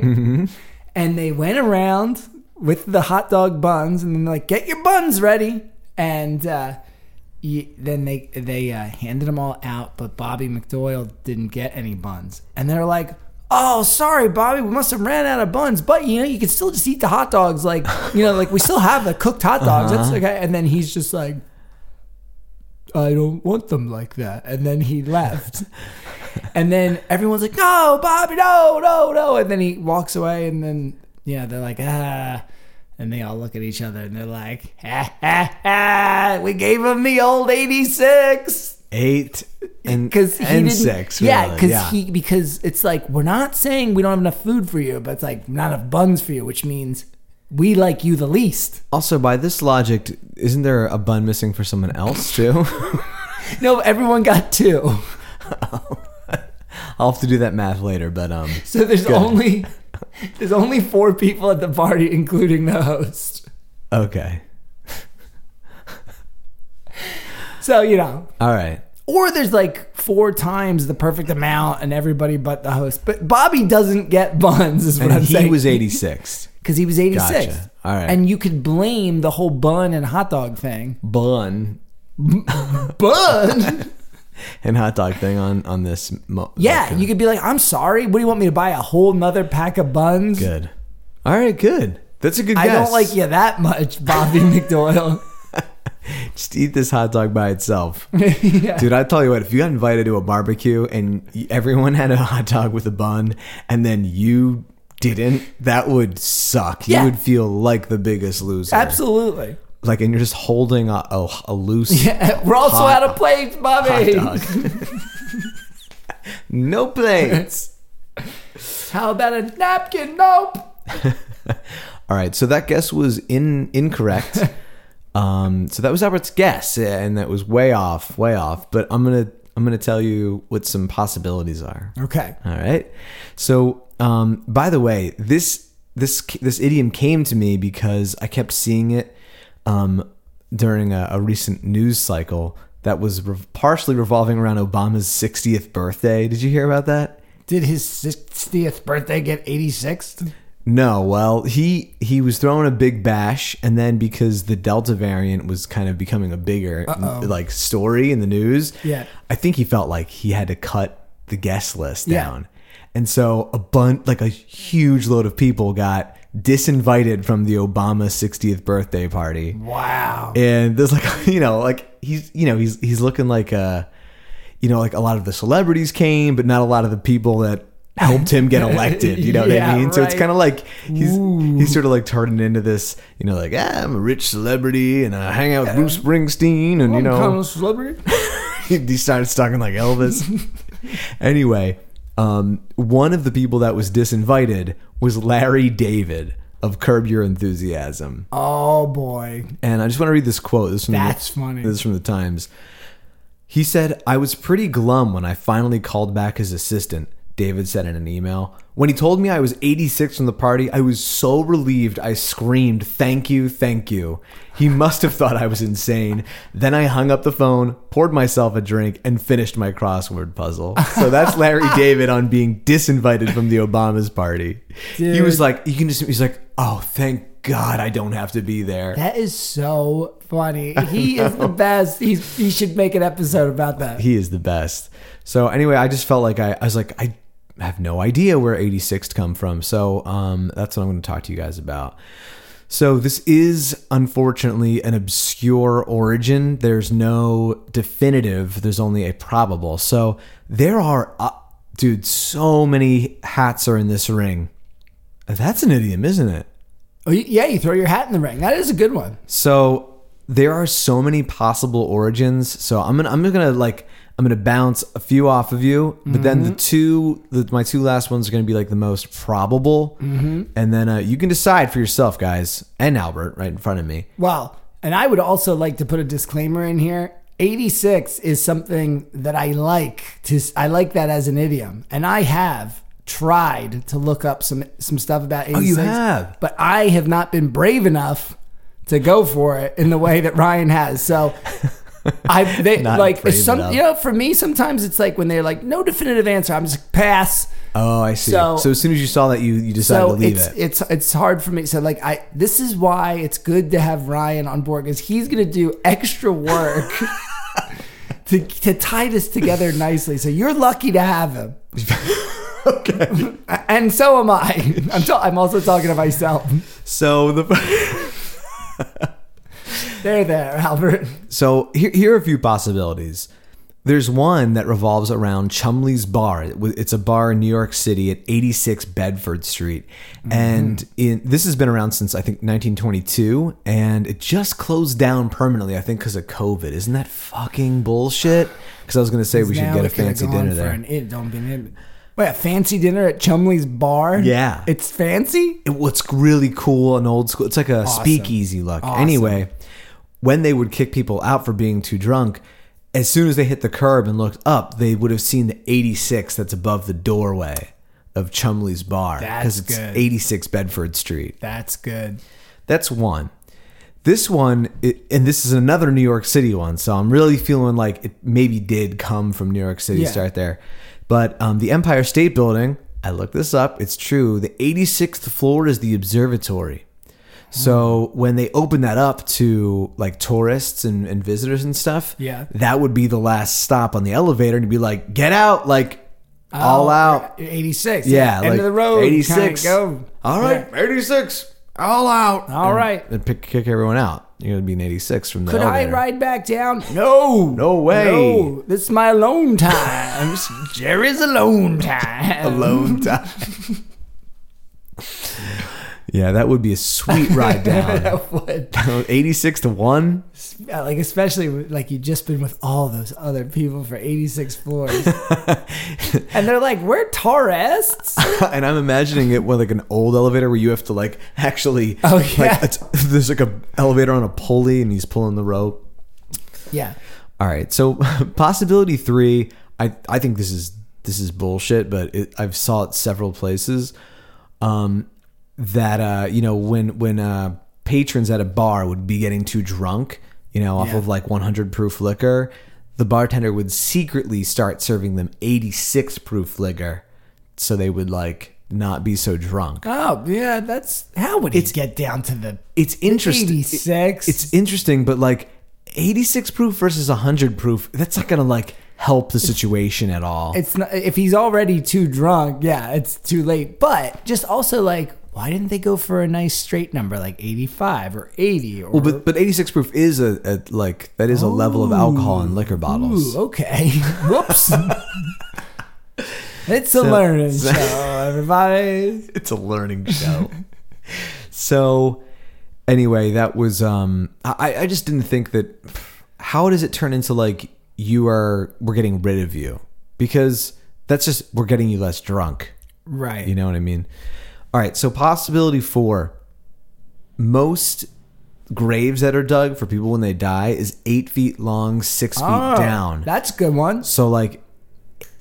And they went around with the hot dog buns, and then they're like, "Get your buns ready," and. Uh, you, then they they uh, handed them all out, but Bobby McDoyle didn't get any buns, and they're like, "Oh, sorry, Bobby, we must have ran out of buns, but you know you can still just eat the hot dogs, like you know, like we still have the cooked hot dogs, that's okay." And then he's just like, "I don't want them like that," and then he left. and then everyone's like, "No, Bobby, no, no, no," and then he walks away, and then yeah, they're like, "Ah." And they all look at each other and they're like, ha, ha, ha, we gave him the old 86. Eight and, Because he and didn't, six. yeah, really. because he because it's like we're not saying we don't have enough food for you, but it's like not enough buns for you, which means we like you the least. Also, by this logic, isn't there a bun missing for someone else too? No, everyone got two, I'll have to do that math later, but um, so there's Good. only there's only four people at the party, including the host. okay. So you know, All right. or there's like four times the perfect amount, and everybody but the host. But Bobby doesn't get buns, is what And I'm he saying. was 86. because he was 86. Gotcha. All right. And you could blame the whole bun and hot dog thing. Bun Bun? and hot dog thing on on this. Mo- yeah, okay. you could be like, I'm sorry. What do you want me to buy? A whole nother pack of buns? Good. All right. Good. That's a good I guess. don't like you that much, Bobby McDoyle. Just eat this hot dog by itself. yeah. Dude, I tell you what, if you got invited to a barbecue and y- everyone had a hot dog with a bun and then you didn't, that would suck. Yeah. You would feel like the biggest loser. Absolutely. Like, and you're just holding a, a, a loose Yeah, We're also Hot- out of plates, hot Bobby. dog. no plates. How about a napkin? Nope. All right, so that guess was in incorrect. um, so that was Albert's guess, and that was way off, way off. But I'm gonna I'm gonna tell you what some possibilities are. Okay. All right. So, um, by the way, this this this idiom came to me because I kept seeing it um, during a, a recent news cycle that was re- partially revolving around Obama's 60th birthday. Did you hear about that? Did his 60th birthday get 86th? No, well, he he was throwing a big bash, and then because the Delta variant was kind of becoming a bigger like story in the news, Yeah. I think he felt like he had to cut the guest list Yeah. down, and so a bun like a huge load of people got disinvited from the Obama 60th birthday party. Wow. and there's like you know like he's you know he's he's looking like uh you know like a lot of the celebrities came but not a lot of the people that helped him get elected you know what Yeah, i mean so it's right. kind of like he's he's sort of like turning into this you know like ah, i'm a rich celebrity and i hang out with bruce springsteen and you know celebrity. he he started talking like Elvis. anyway, um, one of the people that was disinvited was Larry David of Curb Your Enthusiasm. Oh boy. And I just want to read this quote. This is from That's the, funny. This is from the Times. He said, "I was pretty glum when I finally called back his assistant." David said in an email. When he told me I was 86 from the party, I was so relieved I screamed, Thank you, thank you. He must have thought I was insane. Then I hung up the phone, poured myself a drink, and finished my crossword puzzle. So that's Larry David on being disinvited from the Obama's party. He was Dude. like, You can just, he's like, Oh, thank God I don't have to be there. That is so funny. He is the best. He's, he should make an episode about that. he is the best. So anyway, I just felt like I, I was like I have no idea where 86 come from. So um, that's what I'm going to talk to you guys about. So this is unfortunately an obscure origin. There's no definitive. There's only a probable. So there are, uh, dude, so many hats are in this ring. That's an idiom, isn't it? Oh, y- yeah, you throw your hat in the ring. That is a good one. So there are so many possible origins. So I'm gonna I'm gonna like I'm gonna bounce a few off of you, but then the two the, my two last ones are gonna be like the most probable, and then uh, you can decide for yourself, guys, and Albert right in front of me. Well, and I would also like to put a disclaimer in here. 86 is something that I like to I like that as an idiom. And I have tried to look up some some stuff about 86. Oh, you have? But I have not been brave enough to go for it in the way that Ryan has. So I they Not like brave some enough. you know for me sometimes it's like when they're like no definitive answer I'm just like, pass. Oh, I see. So, So- as soon as you saw that, you you decided so to leave it's it. it's it's hard for me. So like I this is why it's good to have Ryan on board because he's gonna do extra work to to tie this together nicely. So you're lucky to have him. okay. And so am I. I'm ta- I'm also talking to myself. So the There, there, Albert. so here here are a few possibilities. There's one that revolves around Chumley's Bar. It wa- It's a bar in New York City at 86 Bedford Street. Mm-hmm. And in, this has been around since, I think, 1922. And it just closed down permanently, I think, because of COVID. Isn't that fucking bullshit? Because I was going to say we should Now get a we could've fancy gone dinner for there. An, it don't be an- Wait, a fancy dinner at Chumley's bar? Yeah. It's fancy? it- what's really cool and old school. It's like a speakeasy look. Anyway, when they would kick people out for being too drunk, as soon as they hit the curb and looked up, they would have seen the 86 that's above the doorway of Chumley's bar That's it's good. 86 Bedford Street. That's good. That's one. This one, it, and this is another New York City one, so I'm really feeling like it maybe did come from New York City, Yeah. start there. But um, the Empire State Building, I looked this up, it's true. The 86th floor is the observatory. So Hmm. when they open that up to like tourists and, and visitors and stuff, Yeah. that would be the last stop on the elevator and you'd be like, get out, like Oh, all out. 86. Yeah, End like of the road. kinda 86. Go. All right, 86, all out. All right. and pick, kick everyone out. You're gonna be an 86 from the Could I elevator. ride back down? No. Oh, No way. No. This is my alone time. Jerry's alone time. Alone time. yeah, that would be a sweet ride down. What? 86 to one. Yeah, like especially with- like you've just been with all those other people for 86 floors, and they're like, "We're tourists." and I'm imagining it with like an old elevator where you have to like actually. Oh, Like, yeah. it's, there's like a elevator on a pulley and he's pulling the rope. yeah. All right. So possibility three, I I think this is this is bullshit, but it, I've saw it several places. Um, that uh, you know when when uh, patrons at a bar would be getting too drunk, you know, off Yeah. of like 100 proof liquor, the bartender would secretly start serving them 86 proof liquor so they would like not be so drunk. Oh yeah, that's how would it get down to the It's interesting. 86? It's interesting, but like 86 proof versus 100 proof, that's not going to like help the situation at all. it's not if he's already too drunk yeah it's too late but just also like why didn't they go for a nice straight number like 85 or 80 or Well, but but 86 proof is a, a like that is a level of alcohol in liquor bottles. Ooh, okay whoops it's a learning show everybody It's a learning show. so anyway, that was um I I just didn't think that how does it turn into like you are we're getting rid of you because that's just we're getting you less drunk. right You know what I mean? All right, so possibility four. Most graves that are dug for people when they die is eight feet long, six feet Ah. down. that's a good one so like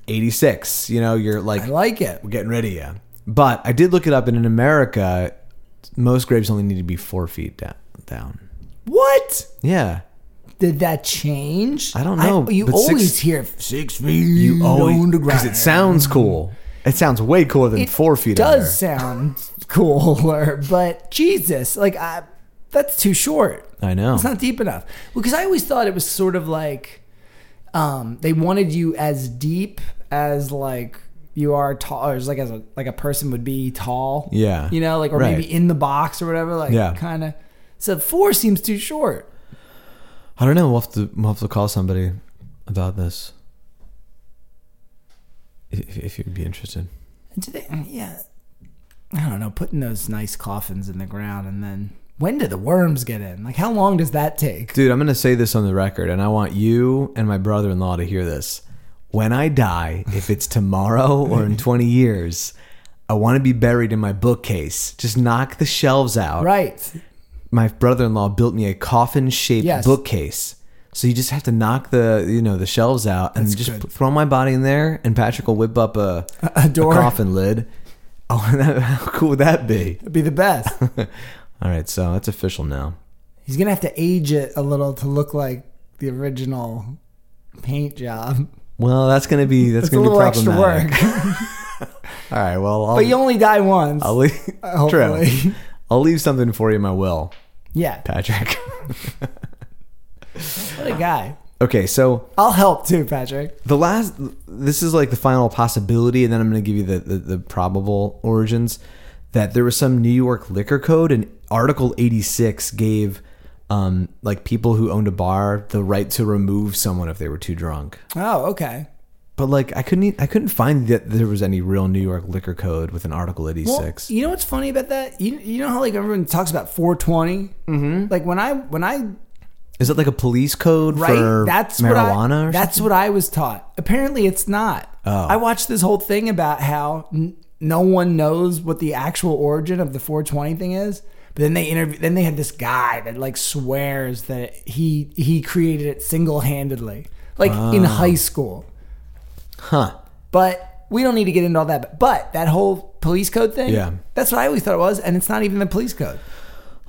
86, you know, you're like, i like it we're getting rid of you. But I did look it up, and in America, most graves only need to be four feet da- down. what Yeah. did that change I don't know, you but six- always hear six feet You always, because underground it sounds cool. It sounds way cooler than it four feet does under. sound cooler but jesus like I, that's too short I know. It's not deep enough. Because I always thought it was sort of like um, they wanted you as deep as like you are tall, or as like as a, like a person would be tall. Yeah. you know, like or Right. maybe in the box or whatever. Like Yeah. kind of. So four seems too short. I don't know. We'll have to, we'll have to call somebody about this if, if you'd be interested. And do they- yeah, I don't know. Putting those nice coffins in the ground and then when do the worms get in? Like how long does that take? Dude, I'm going to say this on the record, and I want you and my brother in law to hear this. When I die, if it's tomorrow or in 20 years, I want to be buried in my bookcase. Just knock the shelves out. Right. My brother in law built me a coffin shaped Yes. bookcase. So you just have to knock the you know the shelves out and just good. put- throw my body in there, and Patrick will whip up a, a door. coffin lid. Oh, that, how cool would that be? It'd be the best. All right, so that's official now. He's gonna have to age it a little to look like the original paint job. Well, that's gonna be that's It's a gonna be little extra problematic. work, All right. Well, I'll, but you only die once. I'll leave. True. hopefully. I'll leave something for you in my will, yeah, Patrick. what a guy. okay. So I'll help too, Patrick. the last, this is like the final possibility, and then I'm going to give you the, the the probable origins. That there was some New York liquor code, and Article 86 gave um like people who owned a bar the right to remove someone if they were too drunk. Oh, okay. But like I couldn't e- I couldn't find that there was any real New York liquor code with an Article 86. You know what's funny about that? You, you know how like everyone talks about 420. Mm-hmm. Like when I when I Is it like a police code right for that's marijuana what I, or something? that's what I was taught. Apparently, it's not. Oh. I watched this whole thing about how n- no one knows what the actual origin of the 420 thing is. But then they interview. Then they had this guy that like swears that he he created it single handedly, like in Oh. high school. Huh. But we don't need to get into all that. But, but that whole police code thing, Yeah. that's what I always thought it was, and it's not even the police code.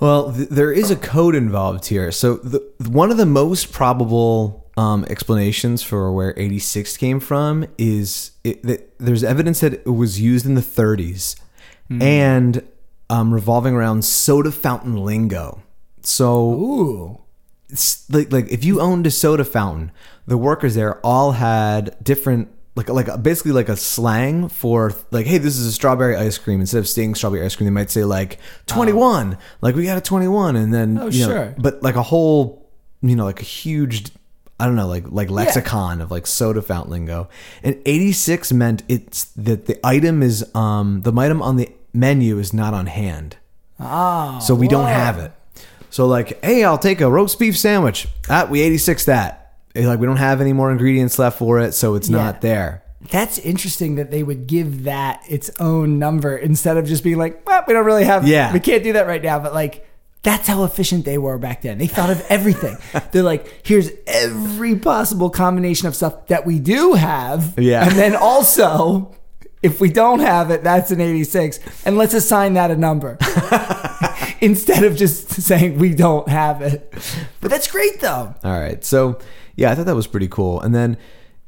Well, th- there is a code involved here. So the, one of the most probable um, explanations for where 86 came from is it, that there's evidence that it was used in the 30s and um, revolving around soda fountain lingo. So Ooh, it's like, like if you owned a soda fountain, the workers there all had different like like basically like a slang for like hey this is a strawberry ice cream instead of saying strawberry ice cream they might say like 21 like we got a 21 and then you know, sure. but like a whole you know like a huge I don't know like like lexicon of like soda fountain lingo and 86 meant it's that the item is um the item on the menu is not on hand ah so we don't have it so like, hey, I'll take a roast beef sandwich. Ah, we 86 that. It's like we don't have any more ingredients left for it, so it's not there. that's interesting that they would give that its own number instead of just being like, well, we don't really have, Yeah. we can't do that right now. But like, that's how efficient they were back then. They thought of everything. They're like, here's every possible combination of stuff that we do have. Yeah. And then also, if we don't have it, that's an 86. And let's assign that a number instead of just saying we don't have it. But that's great though. All right. So yeah, I thought that was pretty cool. And then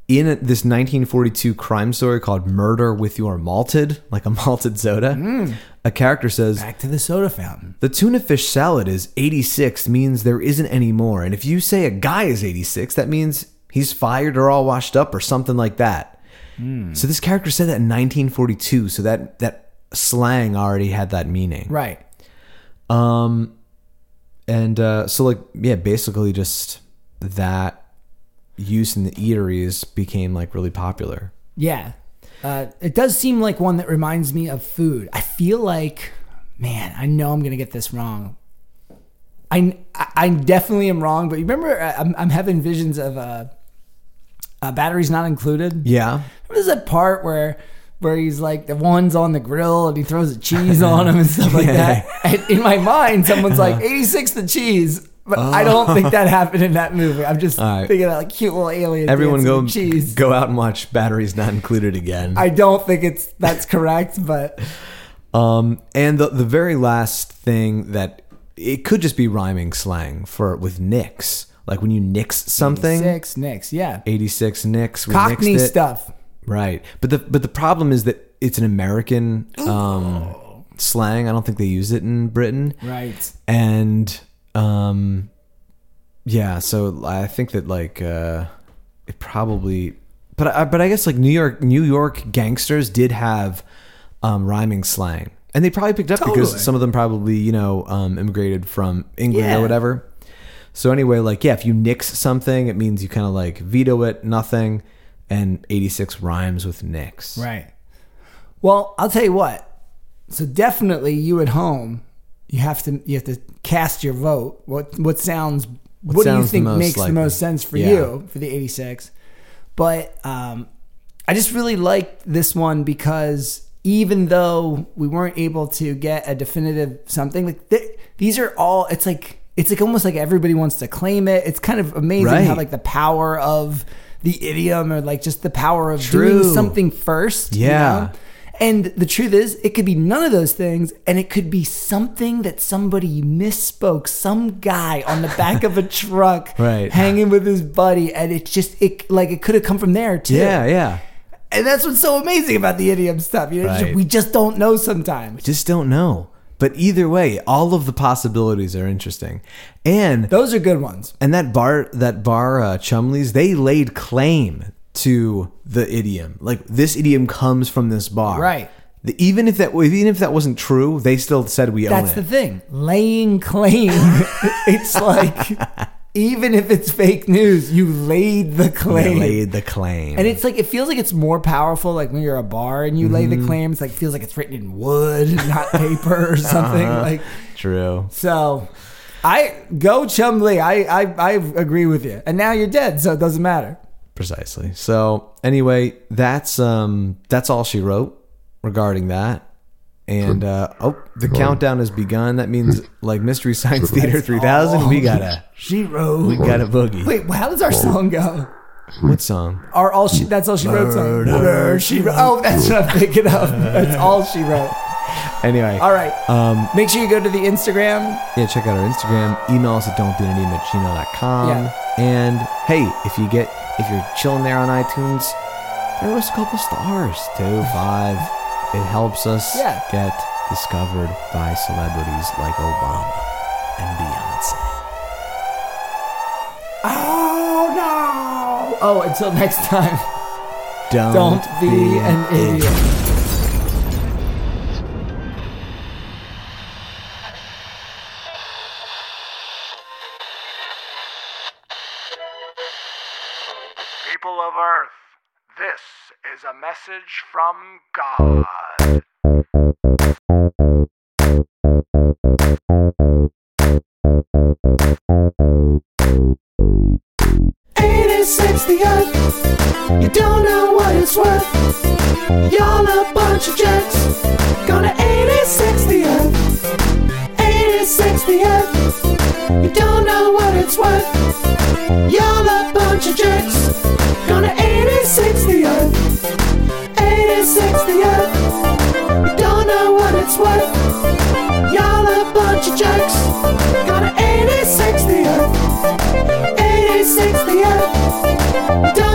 in this 1942 crime story called "Murder with Your Malted," like a malted soda, a character says, Back to the soda fountain. the tuna fish salad is 86 means there isn't any more. And if you say a guy is 86, that means he's fired or all washed up or something like that. Hmm. So this character said that in 1942. So that that slang already had that meaning. Right. And uh, so like yeah, basically just that use in the eateries became like really popular. Yeah. Uh, it does seem like one that reminds me of food. I feel like, man, I know I'm going to get this wrong. I, I I definitely am wrong, but you remember uh, I'm, I'm having visions of uh, uh, batteries not included. Yeah. There's that part where where he's like the one's on the grill and he throws the cheese on him and stuff like that. And in my mind, someone's Uh-huh. like 86 the cheese. But I don't think that happened in that movie. I'm just Oh. All right. thinking about like cute little alien. Everyone dancing go with cheese. go out and watch Batteries Not Included again. I don't think it's that's correct, but Um, and the the very last thing that it could just be rhyming slang for with nicks, like when you nix something. six nicks, yeah, Eighty six nicks. We Cockney nixed it. stuff. Right, but the but the problem is that it's an American um, slang. I don't think they use it in Britain. Right. And um, yeah, so I think that like uh, it probably, but I, but I guess like New York New York gangsters did have um, rhyming slang, and they probably picked up Totally. because some of them probably you know um, immigrated from England Yeah. or whatever. So anyway, like yeah, if you nix something, it means you kind of like veto it, nothing, and eighty six rhymes with nix. Right. Well, I'll tell you what. So definitely, you at home, you have to you have to cast your vote. What what sounds what, do you sounds the think most makes likely? the most sense for Yeah. you for the eighty six? But um, I just really liked this one because even though we weren't able to get a definitive something, like th- these are all it's like. It's like almost like everybody wants to claim it. It's kind of amazing how Right. like the power of the idiom or like just the power of doing True. something first. you Yeah. know? And the truth is, it could be none of those things, and it could be something that somebody misspoke, some guy on the back of a truck, Right. hanging with his buddy, and it's just it like it could have come from there too. Yeah, yeah. and that's what's so amazing about the idiom stuff. You know, Right. we just don't know sometimes. Just don't know. But either way, all of the possibilities are interesting, and Those are good ones. And that bar, that bar, uh, Chumley's, they laid claim to the idiom. Like this idiom comes from this bar, Right. The, even if that, even if that wasn't true, they still said we That's own the it. thing. Laying claim. it's like even if it's fake news, you laid the claim. They laid the claim, And it's like it feels like it's more powerful. Like when you're a bar and you lay the claims, like feels like it's written in wood, not paper or something. Like true. so, I go Chumley. I, I I agree with you. And now you're dead, so it doesn't matter. precisely so anyway that's um that's all she wrote regarding that and uh oh the countdown has begun that means like mystery science theater 3000 we gotta She wrote. we gotta boogie Wait, how does our song go? what song Or all she? That's all she wrote. Song. Murder, Murder, she wrote. Oh, that's what I'm thinking of. That's all she wrote. anyway All right. um Make sure you go to the Instagram. Yeah, check out our Instagram. Email us at don'tbeananime at gmail.com. Yeah. And hey, if you get if you're chilling there on iTunes, throw us a couple stars. Two, five. It helps us Yeah. get discovered by celebrities like Obama and Beyonce. Oh no. Oh, until next time. Don't, Don't be an idiot. People of Earth, this is a message from God. Got an 86 the earth, 86 the earth.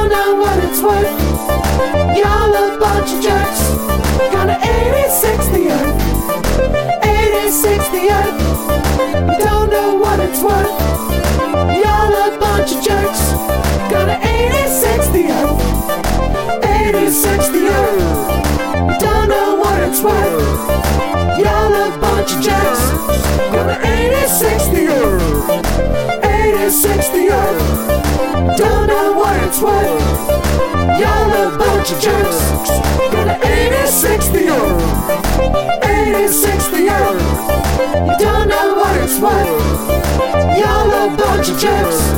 search the earth. You don't know what it's worth. Y'all a bunch of jerks. Go to 86 the earth. 86 the earth. Don't know what it's worth. Y'all a bunch of jerks. Go to 86 the earth. 86 the earth. You don't know what it's worth. Y'all a bunch of jerks.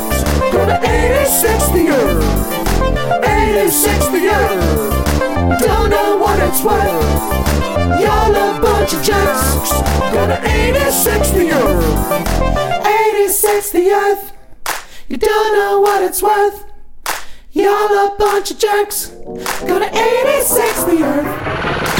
Go to 86 the earth. 86 the earth. Don't know what it's worth. Y'all a bunch of jerks. Go to 86 the earth. 86 the earth. You don't know what it's worth. Y'all a bunch of jerks. Go to 86 the earth.